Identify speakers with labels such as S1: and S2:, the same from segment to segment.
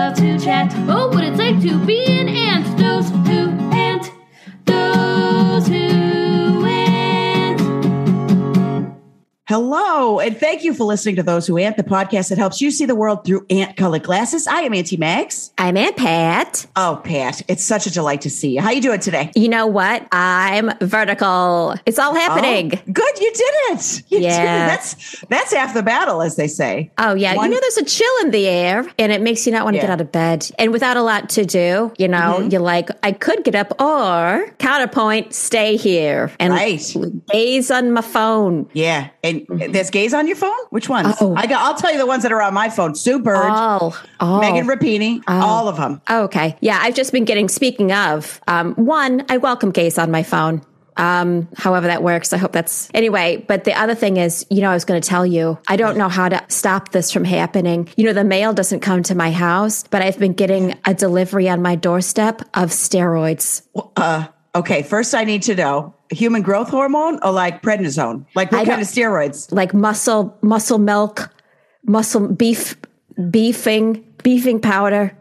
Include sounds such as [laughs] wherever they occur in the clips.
S1: ant. Oh, what it's like to be an ant. Those who ant. Those who ant.
S2: Hello, and thank you for listening to Those Who Ant, the podcast that helps you see the world through ant colored glasses. I am Auntie Max.
S3: I'm Aunt Pat.
S2: Oh, Pat, it's such a delight to see you. How you doing today?
S3: You know what? I'm vertical. It's all happening.
S2: Oh, good, you did it. You did it.
S3: Yeah.
S2: That's that's half the battle, as they say.
S3: Oh, yeah.
S2: One-
S3: you know, there's a chill in the air and it makes you not want to
S2: Yeah. Mm-hmm.
S3: get out of bed. And without a lot to do, you know, you're like, I could get up or counterpoint, stay here and
S2: Right.
S3: gaze on my phone.
S2: Yeah, and
S3: Mm-hmm.
S2: there's gays on your phone. Which ones?
S3: Oh.
S2: I got. I'll tell you the ones that are on my phone. Sue Bird,
S3: All, all.
S2: Megan Rapini, all of them.
S3: Oh, okay. Yeah, I've just been getting, speaking of, um, one, I welcome gays on my phone. Um, however that works. I hope that's anyway. But the other thing is, you know, I was going to tell you, I don't know how to stop this from happening. You know, the mail doesn't come to my house, but I've been getting a delivery on my doorstep of steroids.
S2: Uh, okay, first I need to know human growth hormone or like prednisone, like what
S3: I
S2: kind
S3: don't-
S2: of steroids?
S3: like muscle muscle milk, muscle beef beefing beefing powder.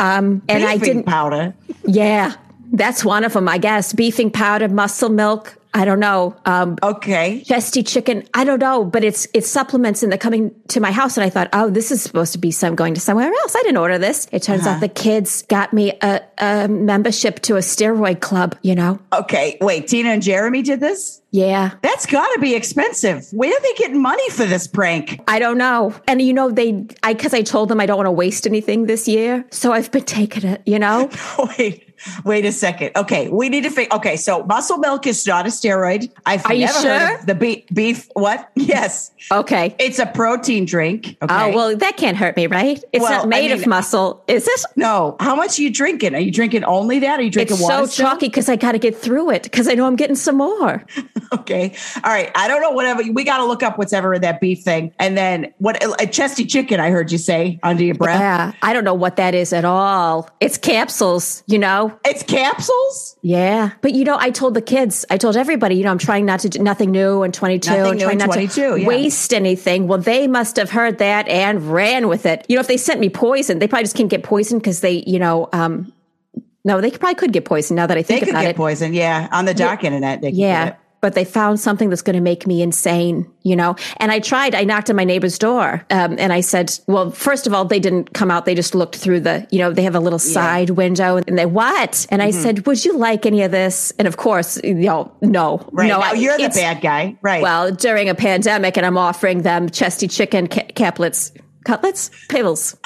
S3: Um, and I
S2: Beefing
S3: didn't.
S2: powder.
S3: Yeah, that's one of them, I guess. Beefing powder, muscle milk. I don't know. Um,
S2: Okay,
S3: chesty chicken. I don't know, but it's it's supplements and they're coming to my house. And I thought, oh, this is supposed to be some going to somewhere else. I didn't order this. It turns
S2: Uh-huh.
S3: out the kids got me a, a membership to a steroid club. You know?
S2: okay. Wait, Tina and Jeremy did this.
S3: Yeah.
S2: That's got to be expensive. Where are they getting money for this prank? [laughs]
S3: I don't know. And you know, they, I, cause I told them I don't want to waste anything this year. So I've been [laughs] taking it, you know?
S2: Wait, wait a second. Okay, we need to figure. Okay, so muscle milk is not a steroid. I've
S3: Are you
S2: never
S3: sure?
S2: heard of the beef. Beef? What? [laughs] Yes, [laughs]
S3: Okay.
S2: it's a protein drink. Okay.
S3: Oh, well, that can't hurt me, right? It's
S2: Well, I
S3: not made of
S2: mean-
S3: muscle, is it?
S2: no. How much are you drinking? Are you drinking only that? Are you drinking
S3: It's
S2: water?
S3: so
S2: still?
S3: chalky because I got to get through it because I know I'm getting some more.
S2: [laughs] Okay. All right. I don't know. Whatever. We got to look up whatever in that beef thing, and then what? A chesty chicken. I heard you say under your breath.
S3: Yeah. I don't know what that is at all. It's capsules, you know?
S2: It's capsules.
S3: Yeah. But you know, I told the kids, I told everybody, you know, I'm trying not to do nothing new in 22
S2: Nothing
S3: and
S2: new
S3: trying
S2: in
S3: not
S2: 22,
S3: to
S2: yeah.
S3: waste anything. Well, they must have heard that and ran with it. You know, if they sent me poison, they probably just can't get poison because they, you know, um, no, they probably could get poison now that I
S2: They
S3: think
S2: could
S3: about
S2: get
S3: it.
S2: poison. Yeah, on the dark internet. They could
S3: Yeah.
S2: Get it.
S3: But they found something that's going to make me insane, you know? And I tried, I knocked on my neighbor's door um, and I said, well, first of all, they didn't come out. They just looked through the, you know, they have a little side window and they, what? And I
S2: Mm-hmm.
S3: said, would you like any of this? And of course, you know, no,
S2: Right.
S3: no,
S2: now,
S3: I-
S2: you're the
S3: it's-
S2: bad guy. Right. [laughs]
S3: Well, during a pandemic and I'm offering them chesty chicken ca- caplets, cutlets, pivots.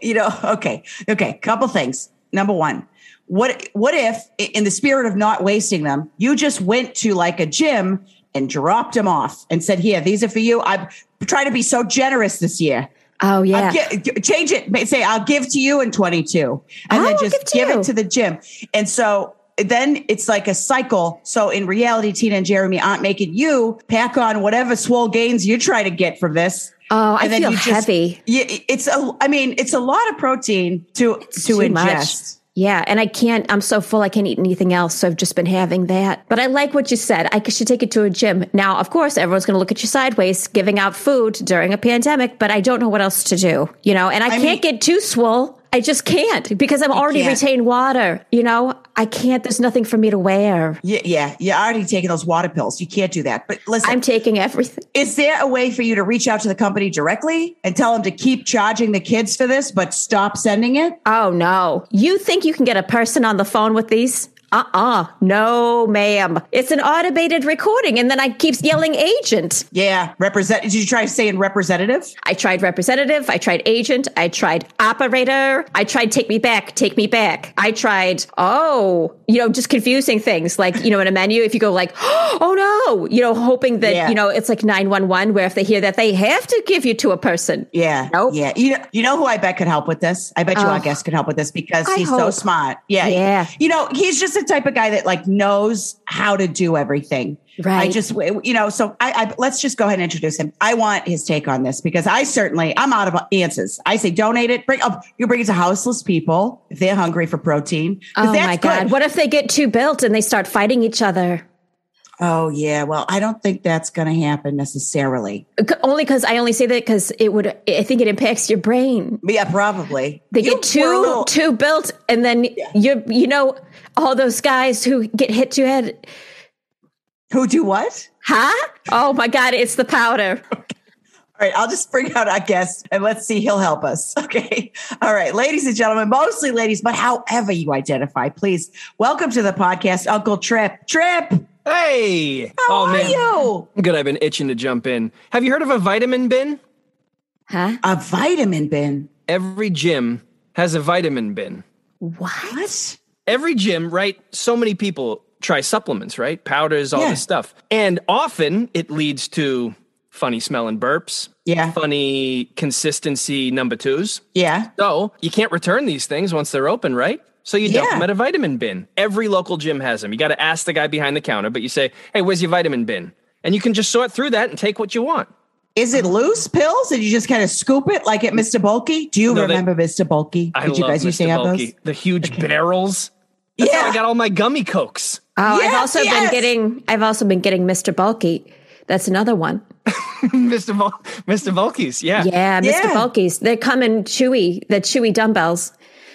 S2: you know okay okay couple things number one what what if in the spirit of not wasting them you just went to like a gym and dropped them off and said here these are for you i'm trying to be so generous this year
S3: Oh yeah.
S2: I'll gi- change it Ma- say i'll give to you in 22 and then
S3: Oh, I'll
S2: just
S3: give to
S2: give
S3: you.
S2: it to the gym and so then it's like a cycle. So in reality, Tina and Jeremy aren't making you pack on whatever swole gains you try to get from this.
S3: oh, I
S2: And then
S3: feel
S2: you just-
S3: heavy.
S2: Yeah, it's a. I mean, it's a lot of protein to to
S3: too much.
S2: ingest.
S3: Yeah, and I can't. I'm so full. I can't eat anything else. So I've just been having that. But I like what you said. I should take it to a gym now. Of course, everyone's going to look at you sideways, giving out food during a pandemic. But I don't know what else to do. You know, and I, can't
S2: mean-
S3: get too swole. I just can't because I'm already
S2: can't.
S3: retained water. You know, I can't. There's nothing for me to wear.
S2: Yeah, yeah, you're already taking those water pills. You can't do that. But listen,
S3: I'm taking everything.
S2: is there a way for you to reach out to the company directly and tell them to keep charging the kids for this, but stop sending it?
S3: Oh no! You think you can get a person on the phone with these? Uh uh No, ma'am. It's an automated recording, and then I keeps yelling agent.
S2: Yeah, represent. Did you try saying representative?
S3: I tried representative, I tried agent, I tried operator, I tried take me back, take me back. I tried, oh, you know, just confusing things like, you know, in a menu, if you go like, [gasps] oh no, you know, hoping that,
S2: Yeah.
S3: you know, it's like 911 where if they hear that, they have to give you to a person.
S2: Yeah.
S3: Nope.
S2: Yeah. You know, you know who I bet could help with this? I bet you our guest could help with this because
S3: I
S2: he's so
S3: hope.
S2: smart. Yeah.
S3: Yeah.
S2: You know, he's just the type of guy that like knows how to do everything. I
S3: Right.
S2: just, you know, so I, I let's just go ahead and introduce him. I want his take on this because I certainly I'm out of answers. I say donate it. Bring up. You bring it to houseless people if they're hungry for protein. 'Cause
S3: Oh
S2: that's
S3: my
S2: good.
S3: God. What if they get too built and they start fighting each other?
S2: Oh, yeah. Well, I don't think that's going to happen necessarily.
S3: C- Only because I only say that because it would. I think it impacts your brain.
S2: But yeah, probably.
S3: They
S2: You
S3: get
S2: were a
S3: too
S2: little-
S3: too built, and then you you know all those guys who get hit too head.
S2: Who do what?
S3: Huh? Oh my God! It's the powder.
S2: All right, I'll just bring out our guest and let's see, he'll help us. [laughs] Okay. All right, ladies and gentlemen, mostly ladies, but however you identify, please welcome to the podcast, Uncle Trip. Trip, how
S4: Hey! oh
S2: are
S4: man,
S2: you?
S4: good. I've been itching to jump in. Have you heard of a vitamin bin?
S3: Huh?
S2: A vitamin bin.
S4: Every gym has a vitamin bin.
S3: What?
S2: What?
S4: Every gym, right? So many people try supplements, right? Powders, all
S2: Yeah.
S4: this stuff. And often it leads to funny smelling burps,
S2: Yeah.
S4: funny consistency number twos.
S2: Yeah.
S4: So you can't return these things once they're open, right? So you dump
S2: Yeah.
S4: them at a vitamin bin. Every local gym has them. You got to ask the guy behind the counter, but you say, hey, where's your vitamin bin? And you can just sort through that and take what you want.
S2: Is it loose pills? Did you just kind of scoop it like at Mr. Bulky? Do you
S4: No, they-
S2: remember Mr. Bulky?
S4: I
S2: Did you
S4: love
S2: guys
S4: Mr.
S2: used to have
S4: Bulky.
S2: those?
S4: The huge barrels. That's how
S2: Yeah.
S4: I got all my
S2: [laughs]
S4: gummy cokes.
S3: Oh,
S2: Yes,
S3: I've also
S2: yes.
S3: been getting. I've also been getting Mr. Bulky. That's another one.
S4: Mr. Vul- Mr. Vulkies. Yeah.
S3: Yeah, Mr.
S2: Yeah.
S3: Bulkies. They come in chewy, the chewy dumbbells.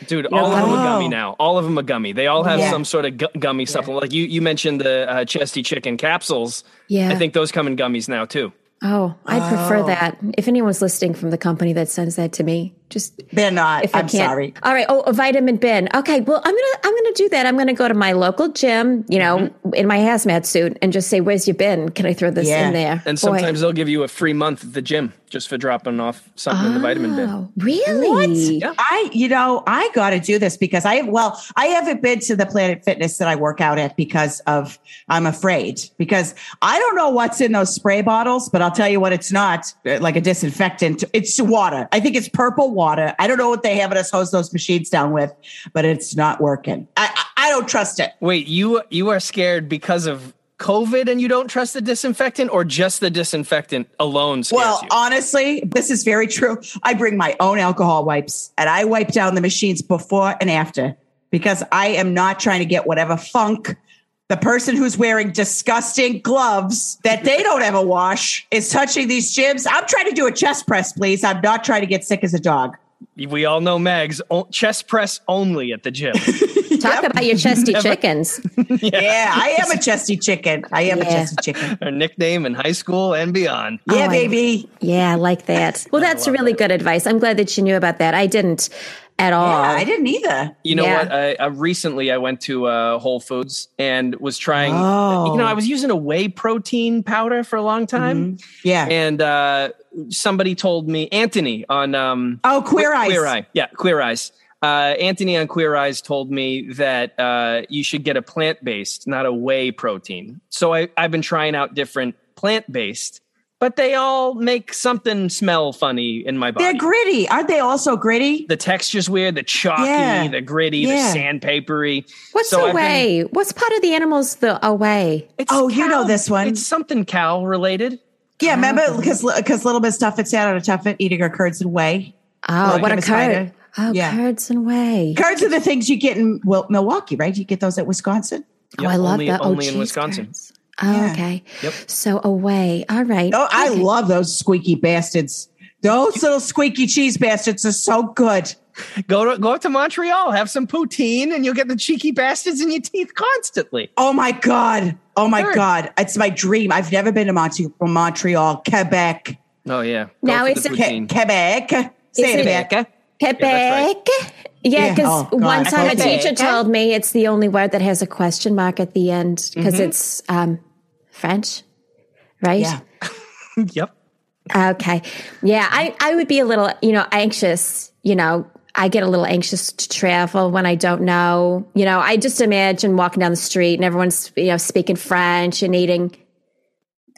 S4: Dude, all of them
S2: Oh.
S4: are gummy now. All of them are gummy. They all have
S2: Yeah.
S4: some sort of gu- gummy supplement. Like you, you mentioned the uh, chesty chicken capsules.
S3: Yeah.
S4: I think those come in gummies now too.
S3: Oh, I would prefer that. If anyone's listening from the company that sends that to me, just
S2: They're not.
S3: if I
S2: I'm
S3: can't.
S2: sorry.
S3: All right. Oh, a vitamin bin. Okay. Well, I'm gonna I'm gonna do that. I'm gonna go to my local gym, you know, in my hazmat suit, and just say, "Where's your bin? Can I throw this
S2: Yeah.
S3: in there?" Boy.
S4: And sometimes they'll give you a free month at the gym just for dropping off something in the vitamin bin.
S3: Oh, really?
S4: Yeah.
S2: I, you know, I got to do this because I, well, I haven't been to the Planet Fitness that I work out at because of, I'm afraid, because I don't know what's in those spray bottles, but I'll tell you what, it's not uh, like a disinfectant. It's water. I think it's purple water. I don't know what they have us hose those machines down with, but it's not working. I, I, I don't trust it.
S4: Wait, you you are scared because of COVID and you don't trust the disinfectant, or just the disinfectant alone scares
S2: Well,
S4: you?
S2: honestly, this is very true. I bring my own alcohol wipes and I wipe down the machines before and after because I am not trying to get whatever funk the person who's wearing disgusting gloves that they don't ever wash is touching these gyms. I'm trying to do a chest press, please. I'm not trying to get sick as a dog.
S4: We all know Mags o- chest press only at the gym.
S3: Talk about your chesty chickens.
S2: Yeah, I am a chesty chicken. I am a
S3: Yeah.
S2: chesty chicken.
S4: Her nickname in high school and beyond.
S2: Yeah,
S3: I-
S2: baby.
S3: Yeah, I like that. [laughs] Well, that's really good advice. I'm glad that you knew about that. I didn't at all.
S2: Yeah, I didn't either.
S4: You know
S3: Yeah.
S4: what? I, I recently I went to uh, Whole Foods and was trying.
S2: Oh. Mm-hmm.
S4: You know, I was using a whey protein powder for a long time,
S2: Yeah.
S4: and uh, somebody told me Anthony on um,
S2: oh, queer eyes.
S4: Queer Eye, yeah, Queer Eyes. Uh, Anthony on Queer Eyes told me that uh, you should get a plant based, not a whey protein. So I, I've been trying out different plant based, but they all make something smell funny in my body.
S2: They're gritty. Aren't they also gritty?
S4: the texture's weird, the chalky,
S2: Yeah.
S4: the gritty,
S2: Yeah.
S4: the sandpapery.
S3: What's
S4: So I've
S3: away? What's part of the animals the away?
S4: It's
S2: Oh, you know this one.
S4: It's something cow related.
S2: Yeah, remember because because little Miss Tuffet sat on a tuffet eating her curds and whey.
S3: Oh,
S2: Like
S3: what
S2: a
S3: a
S2: spider?
S3: curd. Oh,
S2: Yeah.
S3: curds and whey.
S2: Curds are the things you get in well Milwaukee, right? You get those at Wisconsin.
S3: oh,
S4: Yep,
S3: I love
S4: only-
S3: that.
S4: Only
S3: oh,
S4: in
S3: cheese
S4: Wisconsin.
S3: curds. Oh,
S2: Yeah.
S3: okay.
S4: Yep.
S3: So away. All right.
S2: Oh, I love those squeaky bastards. Those little squeaky cheese bastards are so good.
S4: Go to go up to Montreal, have some poutine, and you'll get the cheeky bastards in your teeth constantly.
S2: Oh my god. Oh my
S4: Sure.
S2: god. It's my dream. I've never been to Monte- Montreal, Quebec,
S4: Oh yeah. Go
S3: Now
S4: for
S3: it's
S4: the
S3: a-
S2: Que-
S4: poutine.
S2: Quebec. Say it back.
S4: Becca.
S3: Quebec. Yeah,
S2: Yeah.
S3: because
S2: Oh, God.
S3: one time a
S2: Quebec.
S3: teacher told me it's the only word that has a question mark at the end because it's um, French, right?
S2: Yeah.
S4: Yep.
S3: Okay. Yeah, I, I would be a little, you know, anxious, you know. I get a little anxious to travel when I don't know. You know, I just imagine walking down the street and everyone's, you know, speaking French and eating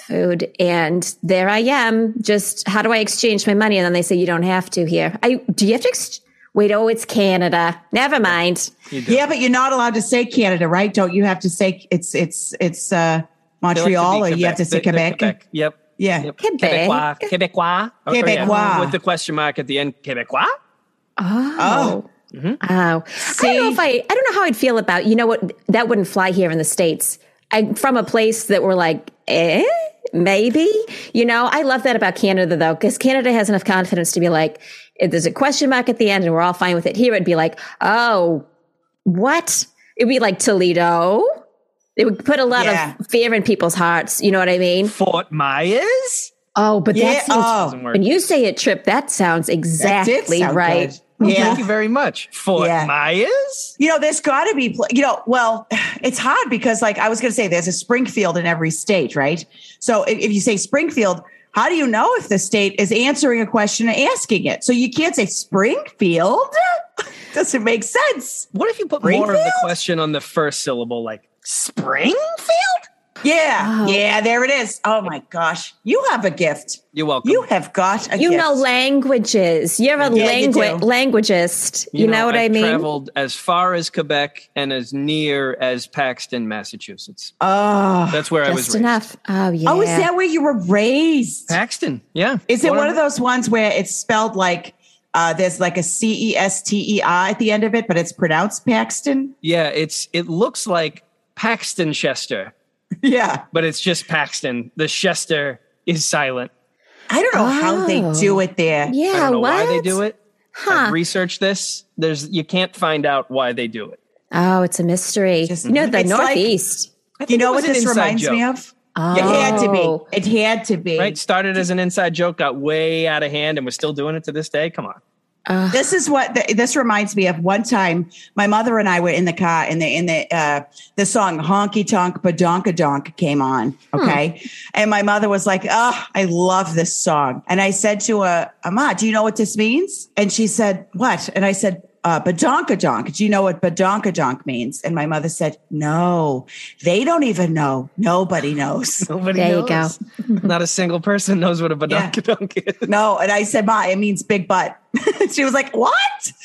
S3: food. And there I am, just how do I exchange my money? And then they say, you don't have to here. I Do you have to? Ex- Wait, oh, it's Canada. Never mind.
S2: Yeah, but you're not allowed to say Canada, right? Don't you have to say it's it's it's uh
S4: They like to
S2: Montreal
S4: be
S2: or you have to say
S4: They- they're
S2: Quebec?
S4: Yep.
S2: Yeah.
S4: Yep.
S3: Quebec.
S4: Quebecois. Quebecois. Oh, yeah.
S2: Quebecois.
S4: With the question mark at the end. Quebecois?
S3: Oh.
S4: Mm-hmm.
S3: Oh. I don't know if I I don't know how I'd feel about you know what that wouldn't fly here in the States. I, from a place that we're like, eh, maybe. You know, I love that about Canada though, because Canada has enough confidence to be like, if there's a question mark at the end and we're all fine with it. Here it'd be like, oh, what? It'd be like Toledo. It would put a lot
S2: Yeah.
S3: of fear in people's hearts. You know what I mean?
S4: Fort Myers?
S3: Oh, but
S2: Yeah,
S3: that sounds,
S2: oh.
S4: Doesn't work.
S3: when you say it, Trip, that sounds
S2: That did
S3: exactly
S2: sound
S3: right. Mm-hmm.
S2: good.
S4: Thank you
S2: Yeah.
S4: very much. Fort
S2: Yeah.
S4: Myers?
S2: You know, there's got to be, pl- you know, well, [sighs] it's hard because, like, I was going to say there's a Springfield in every state, right? So if, if you say Springfield, how do you know if the state is answering a question and asking it? So you can't say Springfield. [laughs] Doesn't make sense.
S4: What if you put more of the
S2: Springfield?
S4: question on the first syllable, like Springfield?
S2: Yeah.
S3: Oh.
S2: Yeah, there it is. Oh my gosh. You have a gift.
S4: You're welcome.
S2: You have got a
S3: You
S2: gift.
S3: know languages. You're a
S2: Yeah, you
S3: langu-
S2: Uh, do.
S3: languagist. You, know, what i
S4: I've
S3: mean?
S4: Traveled as far as Quebec and as near as Paxton, Massachusetts.
S2: Oh.
S4: That's where I was
S3: Just
S4: raised.
S3: enough. Oh yeah.
S2: Oh, is that where you were raised?
S4: Paxton, yeah.
S2: Is it one of
S4: the?
S2: those ones where it's spelled like uh, there's like a C E S T E R at the end of it, but it's pronounced Paxton?
S4: [laughs] Yeah, it's it looks like Paxton Chester,
S2: Yeah.
S4: but it's just Paxton. The Chester is silent.
S2: I don't know how they
S3: Oh.
S2: do it there.
S3: Yeah.
S4: I don't know
S3: what?
S4: why they do it.
S3: Huh.
S4: I've researched this. There's you can't find out why they do it.
S3: oh, it's a mystery.
S2: Just-
S3: you know the
S2: It's like-
S3: Northeast.
S2: You know
S4: it was
S2: what
S4: an
S2: this
S4: inside
S2: reminds me
S4: joke,
S2: of?
S3: oh.
S2: It had to be. It had to be.
S4: Right? Started as an inside joke, got way out of hand, and we're still doing it to this day. Come on.
S3: Ugh.
S2: This is what th- this reminds me of. One time, my mother and I were in the car, and the in the uh, the song "Honky Tonk Badonka Donk" came on.
S4: Hmm.
S2: Okay, and my mother was like, "Oh, I love this song," and I said to her, "Ama, do you know what this means?" And she said, "What?" And I said. Uh, badonka donk. Do you know what badonka donk means? And my mother said, No, they don't even know. Nobody knows. [laughs]
S4: Nobody
S3: There you
S4: knows. [laughs] Not a single person knows what a
S2: Yeah.
S4: badonkadonk
S3: [laughs]
S4: is.
S2: no. And I said, Ma, it means big butt. [laughs] she was like, What?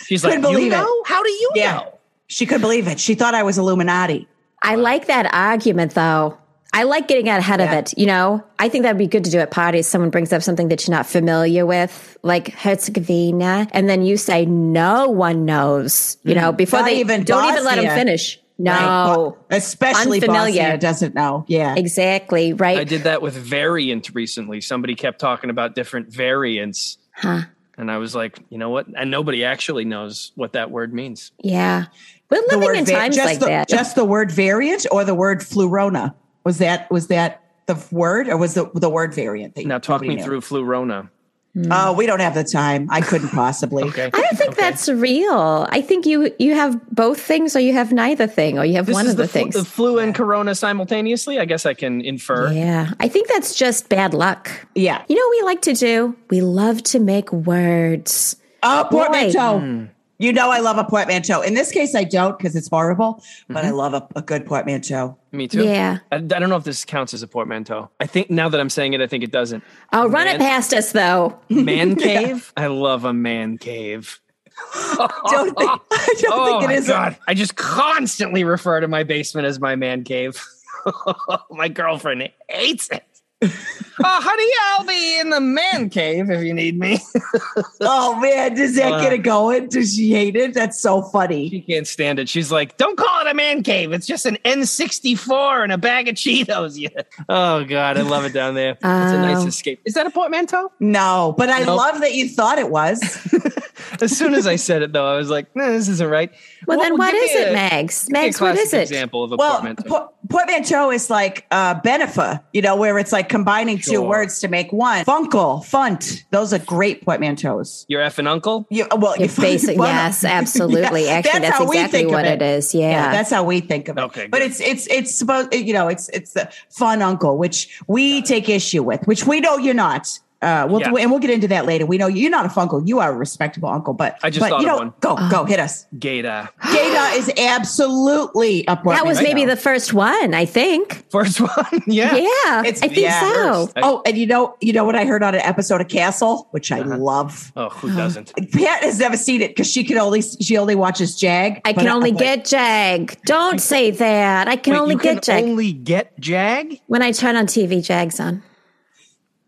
S4: She's
S2: Couldn't
S4: like, you
S2: believe it.
S4: know? How do you
S2: Yeah.
S4: know?
S2: She couldn't believe it. She thought I was Illuminati.
S3: I like that argument though. I like getting out ahead of
S2: Yeah.
S3: it. You know, I think that'd be good to do at parties. Someone brings up something that you're not familiar with, like Herzegovina, and then you say, "No one knows." You know,
S2: Mm-hmm.
S3: before
S2: Not
S3: they
S2: even
S3: don't even let them
S2: Bosnia.
S3: finish. No,
S2: Right? Bo- especially
S3: Unfamiliar.
S2: Bosnia doesn't know. Yeah.
S3: exactly right.
S4: I did that with variant recently. Somebody kept talking about different variants.
S3: Huh.
S4: And I was like, you know what? And nobody actually knows what that word means.
S3: Yeah, we're
S2: The
S3: living in
S2: va-
S3: times
S2: just
S3: like
S2: the,
S3: that.
S2: Just the word variant or the word flurona. Was that was that the f- word or was the the word variant? That
S4: Now talk
S2: nobody
S4: me
S2: knew?
S4: through Flurona.
S2: Oh, we don't have the time. I couldn't possibly.
S4: [laughs] Okay.
S3: I don't think that's real. I think you you have both things, or you have neither thing, or you have
S4: This
S3: one
S4: is
S3: of the,
S4: the, flu-
S3: things.
S4: the flu and corona simultaneously. I guess I can infer.
S3: yeah, I think that's just bad luck.
S2: Yeah.
S3: You know what we like to do? We love to make words.
S2: Oh, portmanteau.
S3: Boy.
S4: Hmm.
S2: You know I love a portmanteau. In this case, I don't because it's horrible. But
S4: Mm-hmm.
S2: I love a, a good
S4: [laughs]
S2: portmanteau.
S4: Me too.
S3: Yeah.
S4: I, I don't know if this counts as a portmanteau. I think now that I'm saying it, I think
S3: [laughs]
S4: it doesn't.
S3: Oh, run it
S4: Man-
S3: past us though.
S4: Man cave. I love a
S3: [laughs]
S4: man cave.
S2: Don't think, [laughs] I don't
S4: Oh
S2: think
S4: my
S2: it is. a-
S4: god! I just constantly refer to my basement as my man cave. [laughs] my girlfriend
S3: [laughs]
S4: hates it. oh, honey, I'll be in the man cave if you need me.
S2: Oh man, does that
S4: Uh.
S2: get it going? Does she hate it? That's so funny.
S4: she can't stand it. She's like, "Don't call it a man cave. It's just an N64 and a bag of Cheetos." [laughs] Yeah. Oh god, I love it down there. it's a
S3: Oh.
S4: nice escape. Is that a portmanteau?
S2: No, but I
S4: Nope.
S2: love that you thought it
S4: [laughs]
S2: was.
S4: As soon as I said it, though, I was like, "No, this isn't right."
S3: Well, then what
S4: give
S3: is
S4: me
S3: it,
S4: a-
S3: Mags?
S4: give me a
S3: Mags, what
S4: classic
S3: is it?
S4: Example of a
S2: well,
S4: portmanteau.
S2: por- portmanteau is like uh, benefa, you know, where it's like combining two
S4: Sure.
S2: words to make one. Funkel, funt. Those are great portmanteaux.
S4: Your effing uncle.
S2: You, well,
S3: Your
S2: fucking
S3: basic,
S2: funnel. [laughs]
S3: yes, absolutely.
S2: Yeah,
S3: Actually, that's,
S2: how we
S3: exactly
S2: think of
S3: what it is. Yeah.
S2: Yeah, that's how we think of it.
S4: Okay,
S2: but
S4: good.
S2: it's it's it's supposed you know it's it's the fun uncle, which we take issue with, which we know you're not. Uh, we'll,
S4: Yeah.
S2: and we'll get into that later. We know you're not a funkle; you are a respectable uncle. But
S4: I just
S2: but,
S4: thought
S2: you know,
S4: of one.
S2: go
S3: Oh.
S2: go hit us.
S4: Gata.
S2: Data is absolutely a
S3: that was maybe the first one, I think.
S4: First one. [laughs]
S3: Yeah.
S4: yeah.
S2: It's-
S3: I think
S2: yeah.
S3: so.
S4: I-
S2: Oh, and you know, you know what I heard on an episode of Castle, which I love.
S4: Oh, who doesn't?
S2: Pat has never seen it because she can only she only watches Jag.
S3: I
S2: But
S3: can only
S2: I'm like,
S3: get Jag. Don't say that. I can
S4: Wait,
S3: only
S4: you
S3: get
S4: can
S3: Jag.
S4: only get Jag.
S3: when I turn on TV, Jag's on.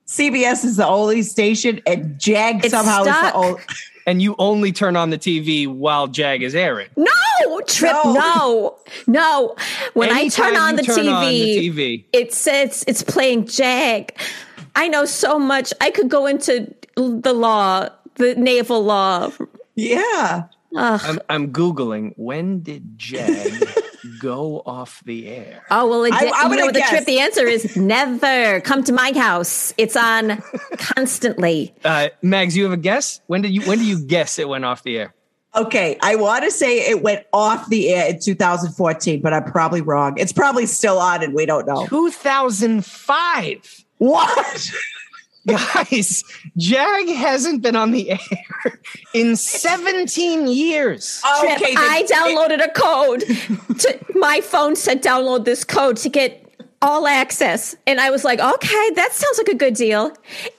S2: CBS is the only station, and Jag
S3: It's
S2: somehow is
S3: stuck.
S2: the old.
S4: and you only turn on the TV while Jag is airing.
S3: No, Trip,
S2: No.
S3: no, no. When I
S4: Anytime
S3: turn on
S4: you
S3: the
S4: turn
S3: TV,
S4: on the TV.
S3: it says it's playing Jag. I know so much. I could go into the law, the naval law.
S2: Yeah.
S3: Ugh.
S4: I'm, I'm googling when did Jag
S3: [laughs]
S4: go off the air?
S3: Oh well, it
S2: I-
S3: did,
S2: I
S3: you
S2: would've
S3: know the
S2: guessed.
S3: trip. The answer is never. Come to my house. It's on constantly.
S4: Uh, Mags, you have a guess? When did you when do you guess it went off the air?
S2: Okay. I want to say it went off the air in 2014, but I'm probably wrong. It's probably still on, and we don't know.
S4: 2005.
S2: [laughs] What?
S4: Guys, Jag hasn't been on the air in 17 years.
S3: Trip.
S2: Okay. then-
S3: I downloaded a code. To, my phone said download this code to get all access, and I was like, okay, that sounds like a good deal.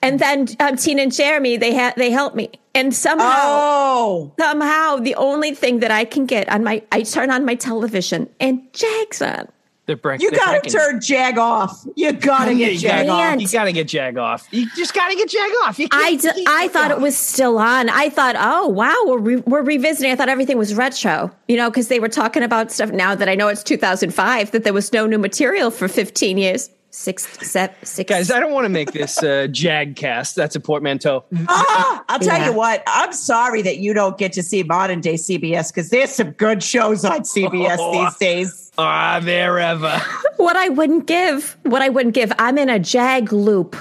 S3: And then um, Tina and Jeremy they had they helped me, and somehow.
S2: Oh,
S3: somehow the only thing that I can get on my I turn on my television and Jag's on.
S4: They're break-
S2: you
S4: they're
S2: got to
S4: breaking-
S2: turn Jag off. You got to
S4: Yeah,
S2: get
S4: you gotta-
S2: Jag off.
S3: Man.
S4: You gotta get Jag off. You just gotta get Jag off. You
S3: I,
S4: can't
S3: d-
S4: keep-
S3: I thought it was still on. I thought, oh wow, we're re- we're revisiting. I thought everything was retro, you know, because they were talking about stuff. Now that I know it's 2005, that there was no new material for 15 years, six, seven, six.
S4: Guys, I don't want to make this uh, Jag cast. That's a portmanteau.
S2: Ah, I'll tell
S3: Yeah.
S2: you what. I'm sorry that you don't get to see modern day CBS because there's some good shows on
S3: [laughs]
S2: CBS
S4: Oh.
S2: these days.
S4: Ah, there ever.
S3: what I wouldn't give, what I wouldn't give. I'm in a
S2: [laughs]
S3: Jag loop.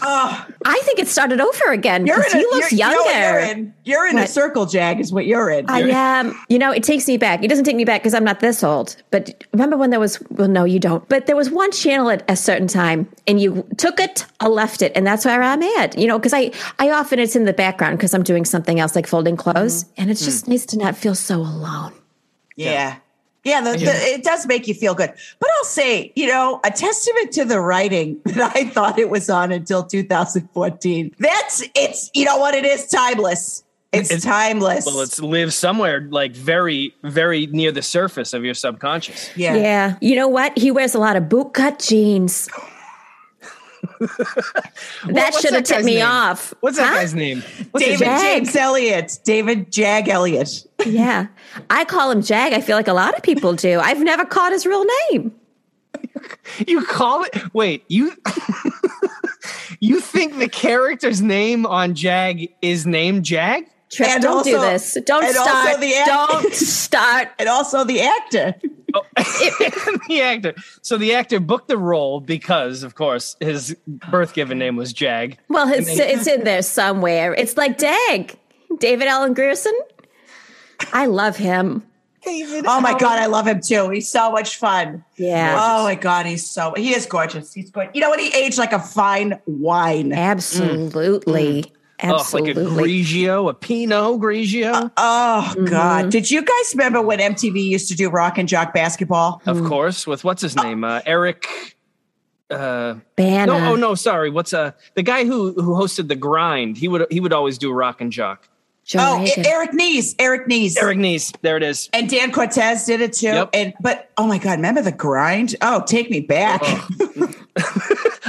S2: Oh,
S3: I think it started over again
S2: you're
S3: because
S2: in. A,
S3: he looks
S2: you're, you know
S3: younger.
S2: what you're in, you're in a
S3: What?
S2: circle, Jag, is what you're in.
S3: I am. You know, it takes me back. It doesn't take me back because I'm not this old. But remember when there was, well, no, you don't. But there was one channel at a certain time and you took it or left it. And that's where I'm at, you know, because I, I often it's in the background because I'm doing something else like folding clothes.
S4: Mm-hmm.
S3: And it's just nice to not feel so alone.
S2: Yeah. Yeah, the, the, it does make you feel good. But I'll say, you know, a testament to the writing [laughs] that I thought it was on until 2014. That's it's, you know what it is, timeless. It's,
S4: It's-
S2: timeless.
S4: Well, it's live somewhere like very, very near the surface of your subconscious.
S2: yeah.
S3: yeah. You know what? He wears a lot of bootcut
S4: [laughs]
S3: jeans. that
S4: what's
S3: should have
S4: that guy's
S3: tipped me
S4: name?
S3: off.
S4: What's that
S3: Huh?
S4: guy's name? What's his
S2: David
S4: name?
S3: Jag.
S2: James Elliott, David Jag Elliott.
S3: Yeah. I call him Jag. I feel like a lot of people do. I've never caught his real name.
S4: You call it? Wait, you. [laughs] You think the character's name on Jag is named Jag? [laughs]
S3: Trip,
S2: And
S3: don't do
S2: also-
S3: this. Don't
S2: and also
S3: start.
S2: the act-
S3: don't [laughs] start.
S2: And also the actor.
S4: the actor. So the actor booked the role because, of course, his birth given name was Jag.
S3: Well, it's, it's in there somewhere. It's like Dag, David Allen Grierson. I love him.
S2: Oh my God, I love him too. He's so much fun.
S3: Yeah,
S2: Oh my God, he's so, he is gorgeous. He's good. You know what? He aged like a fine wine.
S3: absolutely,
S4: Oh, like a
S3: absolutely.
S4: Grigio, a Pinot Grigio.
S2: Oh
S4: Mm-hmm.
S2: God! Did you guys remember when MTV used to do rock and jock basketball?
S4: of course, with what's his name? Uh, Eric. Uh,
S3: Banner.
S4: no, oh no, sorry. What's uh the guy who who hosted the grind? He would he would always do rock and jock.
S3: Joe
S2: Oh, E-
S3: Reagan.
S2: Eric Neese, Eric Neese,
S4: Eric Neese, there it is.
S2: and Dan Cortez did it too.
S4: Yep.
S2: And but oh my God, remember the grind? Oh, take me back.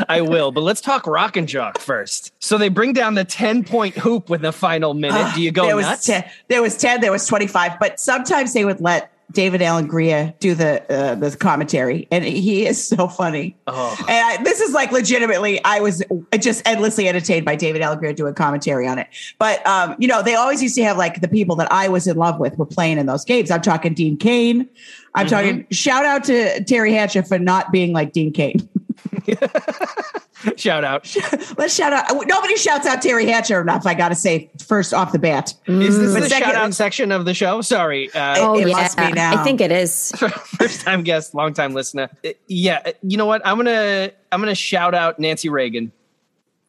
S4: I will, but let's talk rock and jock first. So they bring down the ten point hoop with the final minute. Do you
S2: [sighs]
S4: go
S2: there was
S4: nuts?
S2: ten. There was ten. There was twenty-five. But sometimes they would let David Allen Greer do the uh, the commentary, and he is [laughs] so funny.
S4: Oh.
S2: And I, this is like legitimately, I was just endlessly entertained by David Allen Greer doing commentary on it. But um, you know, they always used to have like the people that I was in love with were playing in those games. I'm talking Dean Kane. I'm
S4: Mm-hmm.
S2: talking shout out to Terry Hatcher for not being like Dean Kane.
S4: [laughs] Shout out.
S2: [laughs] Let's shout out. Nobody shouts out Terry Hatcher enough. I got to say first off the bat.
S4: Is this the
S2: second-
S4: shout out section of the show? Sorry. Uh,
S3: Oh,
S2: it
S3: yeah.
S2: must be now. Oh,
S3: I think
S2: [laughs]
S3: it is.
S4: first time guest, long time listener. Uh, Yeah, uh, you know what? I'm gonna I'm gonna shout out Nancy Reagan.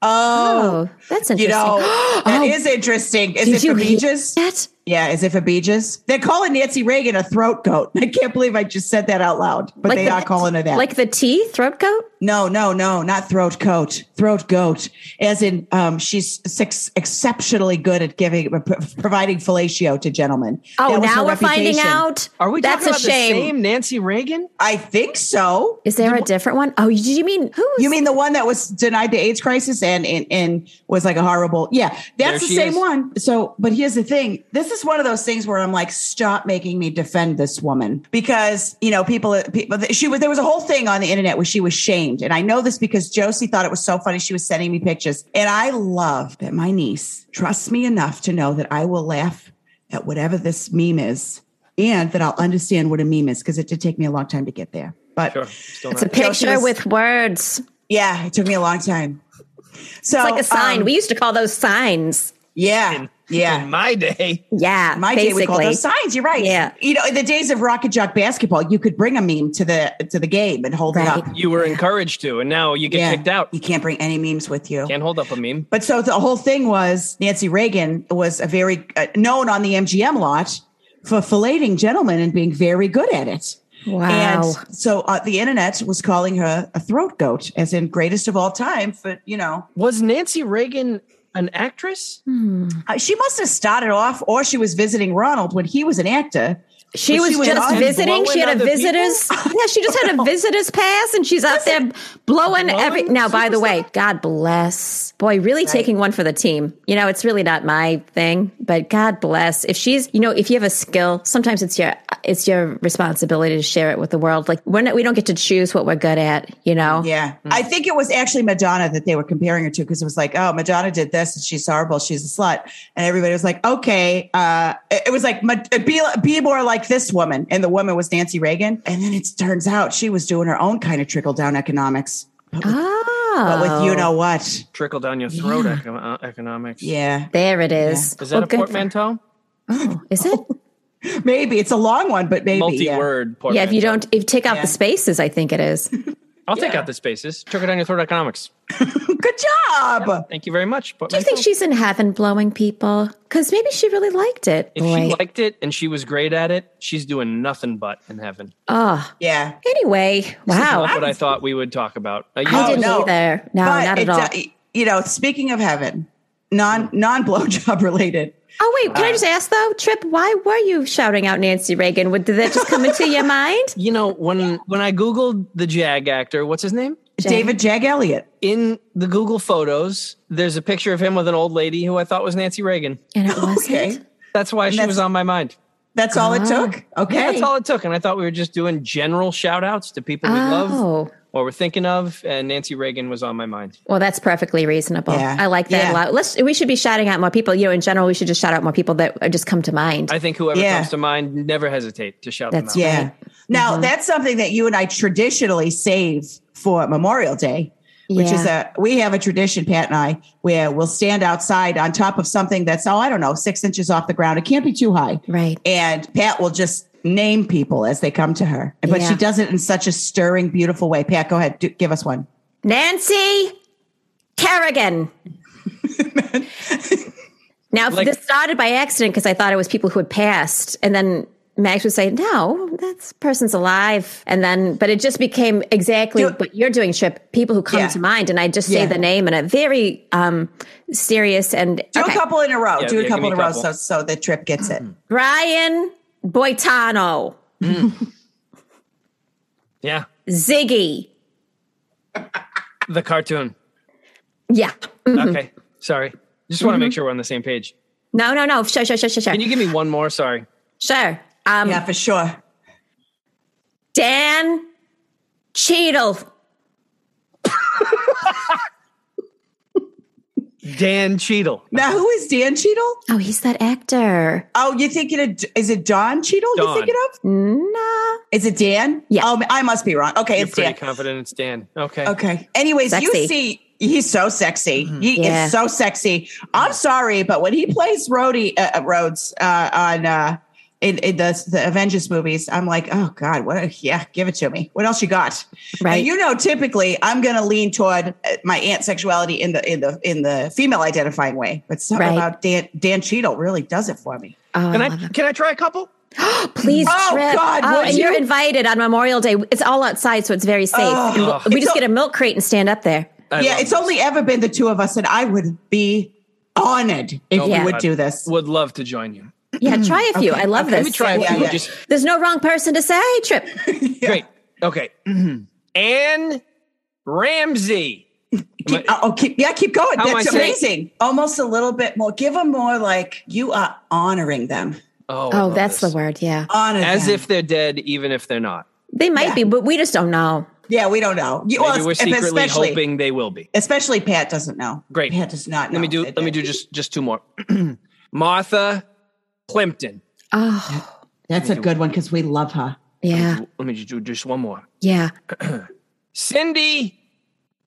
S2: Oh,
S3: Oh, that's
S2: you
S3: interesting.
S2: know, that
S3: [gasps] Oh.
S2: is interesting. Is
S3: Did
S2: it
S3: you
S2: the
S3: hear
S2: Regis?
S3: that?
S2: Yeah, as if it beaches. They're calling Nancy Reagan a throat goat. [laughs] I can't believe I just said that out loud, but
S3: Like
S2: they
S3: the-
S2: are calling her that.
S3: Like the tea throat coat?
S2: No, no, no, not throat coat, throat goat. As in, um, she's six, exceptionally good at giving, pro- providing fellatio to gentlemen.
S3: Oh,
S2: That was her
S3: now we're finding
S2: reputation.
S3: out.
S4: Are we
S3: That's
S4: talking about
S3: a shame.
S4: the same Nancy Reagan?
S2: I think so.
S3: Is there a different one? Oh, you- you mean who's?
S2: You mean the one that was denied the AIDS crisis and and, and was like a horrible? Yeah,
S4: There
S2: that's the
S4: she
S2: same
S4: is.
S2: one. So, but here's the thing: this is one of those things where I'm like, stop making me defend this woman because you know people. people she was there was a whole thing on the internet where she was shamed, and I know this because Josie thought it was so funny. She was sending me pictures, and I love that my niece trusts me enough to know that I will laugh at whatever this meme is, and that I'll understand what a meme is because it did take me a long time to get there. But
S4: Sure. Still
S3: It's a
S4: not.
S2: Josie
S3: picture
S2: was-
S3: with words. It's
S2: yeah, it took me a long time. So
S3: like a sign.
S2: um,
S3: we used to call those signs.
S2: yeah, yeah.
S4: In my day.
S3: Yeah.
S2: My day
S3: basically.
S2: we call those signs. You're right.
S3: Yeah.
S2: You know, in the days of rocket jock basketball, you could bring a meme to the to the game and hold
S3: Right.
S2: it up.
S4: You were encouraged to, and now you get
S2: Yeah.
S4: kicked out.
S2: You can't bring any memes with you.
S4: Can't hold up a meme.
S2: But so the whole thing was Nancy Reagan was a very uh, known on the MGM lot for filleting gentlemen and being very good at it.
S3: Wow.
S2: And so uh, the internet was calling her a throat goat, as in greatest of all time. For you know,
S4: Was Nancy Reagan an actress?
S2: Uh, she must have started off, or she was visiting Ronald when he was an actor.
S3: she
S2: But
S3: was
S2: she was
S3: just
S2: on
S3: visiting. She
S4: blowing
S3: had a
S4: other
S3: visitor's.
S2: [laughs]
S3: Yeah, she just had a visitor's pass, and she's out there blowing every.
S4: blowing
S3: Now, by the
S4: superstar?
S3: way, God bless. Boy, really taking one for the team. You know, it's really not my thing, but God bless. If she's, you know, if you have a skill, sometimes it's your it's your responsibility to share it with the world. Like we're not, we don't get to choose what we're good at. You know.
S2: Yeah. I think it was actually Madonna that they were comparing her to because it was like, oh, Madonna did this and she's horrible. She's a slut. And everybody was like, okay. Uh, it it was like, Ma- be, be more like this woman. And the woman was Nancy Reagan. And then it turns out she was doing her own kind of trickle down economics,
S3: Oh.
S2: but with you know what.
S4: Trickle down your throat eco- economics.
S2: Yeah.
S3: There it is.
S4: Is
S3: Well,
S4: that a
S3: good for-
S4: portmanteau?
S3: Oh, is it?
S2: Maybe it's a long one, but maybe. yeah.
S4: Multi-word portmanteau.
S3: Yeah, if you don't, if you take out
S2: Yeah.
S3: the spaces, I think it is.
S4: I'll take out the spaces. Trickle down your throat economics.
S2: [laughs] Good job.
S4: Thank you very much.
S3: Do you think she's in heaven blowing people? Because maybe she really liked it.
S4: If
S3: Boy.
S4: she liked it and she was great at it, she's doing nothing but in heaven.
S3: oh,
S2: Yeah.
S3: anyway, wow.
S4: That's what I thought we would talk about. Uh, you
S3: I
S4: know,
S3: didn't
S2: no.
S3: either. No,
S2: but
S3: not
S2: it
S3: at all.
S2: do- you know, speaking of heaven, non non blowjob [laughs] related.
S3: oh, wait. Can I just ask though, Trip, why were you shouting out Nancy Reagan? Would, did that just come into your
S4: [laughs]
S3: mind?
S4: You know, when when I googled the Jag actor, what's his name?
S3: Jag.
S2: David Jag
S3: [laughs]
S2: Elliott.
S4: In the Google photos, there's a picture of him with an old lady who I thought was Nancy Reagan.
S3: And it Oh, wasn't.
S2: Okay.
S4: That's why she
S2: that's-
S4: was on my mind.
S2: That's all it took. Okay.
S4: Yeah, that's all it took. And I thought we were just doing general shout outs to people we love
S3: Oh.
S4: or we're thinking of. And Nancy Reagan was on my mind.
S3: Well, that's perfectly reasonable.
S2: Yeah.
S3: I like that
S2: Yeah.
S3: a lot. Let's. We should be shouting out more people. You know, in general, we should just shout out more people that uh, just come to mind.
S4: I think whoever
S2: Yeah.
S4: comes to mind, never hesitate to shout
S3: That's-
S4: them out.
S2: Yeah.
S3: Right.
S2: Now
S3: Mm-hmm.
S2: that's something that you and I traditionally save for Memorial Day, which is a we have a tradition, Pat and I, where we'll stand outside on top of something that's oh I don't know six inches off the ground. It can't be too high,
S3: right.
S2: and Pat will just name people as they come to her, but she
S3: Yeah.
S2: does it in such a stirring, beautiful way. Pat, go ahead, do, give us one.
S3: Nancy Kerrigan. now, if
S4: Like-
S3: this started by accident because I thought it was people who had passed, and then Max would say, "No, that person's alive," and then, but it just became exactly
S2: Do-
S3: what you're doing, Trip. People who come
S2: Yeah.
S3: to mind, and I just say
S2: Yeah.
S3: the name in a very um, serious and
S2: Do
S3: okay. Mm-hmm.
S2: a couple in a row.
S4: Yeah,
S2: do
S4: yeah,
S2: a couple
S4: give
S2: in
S4: me
S2: a
S4: a
S2: row, so
S4: couple.
S2: so the trip gets it.
S3: Brian Boitano,
S4: Yeah.
S3: Ziggy.
S4: The cartoon.
S3: Yeah.
S2: Mm-hmm.
S4: Okay. Sorry. Just want to make sure we're on the same page.
S3: No, no, no. Sure, sure, sure, sure, sure.
S4: Can you give me one more? Sorry.
S3: sure. Um,
S2: Yeah, for sure.
S3: Dan Cheadle.
S4: Dan Cheadle.
S2: Now, who is Dan Cheadle?
S3: Oh, he's that actor.
S2: Oh, you're thinking of is it Don Cheadle? You're
S4: Don.
S2: thinking of?
S3: Nah.
S2: Is it Dan?
S3: Yeah.
S2: Oh, I must be wrong. Okay,
S4: You're
S2: it's
S4: pretty
S2: Dan.
S4: confident it's Dan. Okay.
S2: Okay. Anyways, you
S3: Sexy. Mm-hmm.
S2: see, he's so sexy. He
S3: Yeah.
S2: is so sexy. I'm sorry, but when he plays Rhodey, uh, uh, Rhodes uh, on uh, in, in the, the Avengers movies, I'm like, oh God, what? a- Yeah, give it to me. What else you got?
S3: Right.
S2: And you know, typically, I'm going to lean toward uh, my aunt sexuality in the in the in the female identifying way, but something
S3: Right.
S2: about Dan Dan Cheadle really does it for me.
S3: Oh,
S4: and
S3: I
S4: I,
S3: love it.
S4: can I try a couple?
S3: Please
S2: Oh,
S3: trip.
S2: God,
S3: oh,
S2: would
S3: and are
S2: you?
S3: invited on Memorial Day. It's all outside, so it's very safe.
S2: Oh.
S3: And we'll- we
S2: It's
S3: just
S2: all-
S3: get a milk crate and stand up there.
S4: I
S2: yeah,
S4: love
S2: it's
S4: this.
S2: only ever been the two of us, and I would be honored if
S4: Oh,
S2: you
S3: yeah.
S2: would do this. [laughs]
S4: Would love to join you.
S3: Yeah, try a few. I love
S4: Let
S3: this.
S4: me try a
S2: Yeah,
S4: few.
S2: yeah.
S4: Just
S3: There's no wrong person to say trip.
S4: great. Okay. [clears throat] Anne Ramsey.
S2: Keep, oh, oh, keep, yeah, keep going.
S4: How am
S2: That's
S4: I saying-
S2: amazing. Almost a little bit more. Give them more like you are honoring them.
S4: Oh, I
S3: Oh,
S4: love
S3: that's
S4: this.
S3: the word. Yeah,
S2: Honor
S4: As
S2: them.
S4: if they're dead, even if they're not.
S3: they might
S2: Yeah.
S3: be, but we just don't know.
S2: Yeah, we don't know. You,
S4: Maybe
S2: well,
S4: we're
S2: es-
S4: secretly
S2: especially,
S4: hoping they will be.
S2: Especially Pat doesn't know.
S4: Great.
S2: Pat does not know.
S4: Let me do.
S2: that
S4: Let me do
S2: they-
S4: just just two more. [clears throat] Martha Plimpton.
S3: Oh,
S2: That's a good one because we love her.
S3: yeah,
S4: Let me just do just one more.
S3: yeah.
S4: Cindy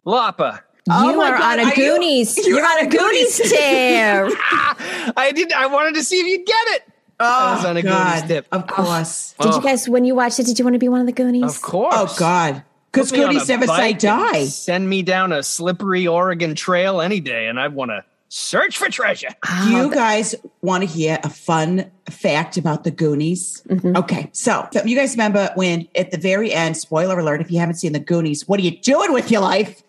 S4: Lapa.
S2: Oh
S3: you
S2: my
S3: are
S2: God,
S3: on
S2: are
S3: a
S2: you-
S3: Goonies.
S2: you're
S3: You're, on a Goonies, tear.
S4: Ah, [laughs] I did. I wanted to see if you'd get it.
S2: Oh,
S4: was on a Goonies
S2: God.
S4: tip.
S2: Of course.
S3: Did
S4: Oh.
S3: you guys, when you watched it, did you want to be one of the Goonies?
S4: Of course.
S2: Oh, God. Because
S4: Put me on a
S2: Goonies never say
S4: bike and
S2: die.
S4: Send me down a slippery Oregon trail any day, and I want to search for treasure.
S3: Oh,
S2: Do you
S3: th-
S2: guys want to hear a fun fact about the Goonies?
S4: Mm-hmm.
S2: Okay, so, so you guys remember when at the very end, spoiler alert, if you haven't seen the Goonies, what are you doing with your life?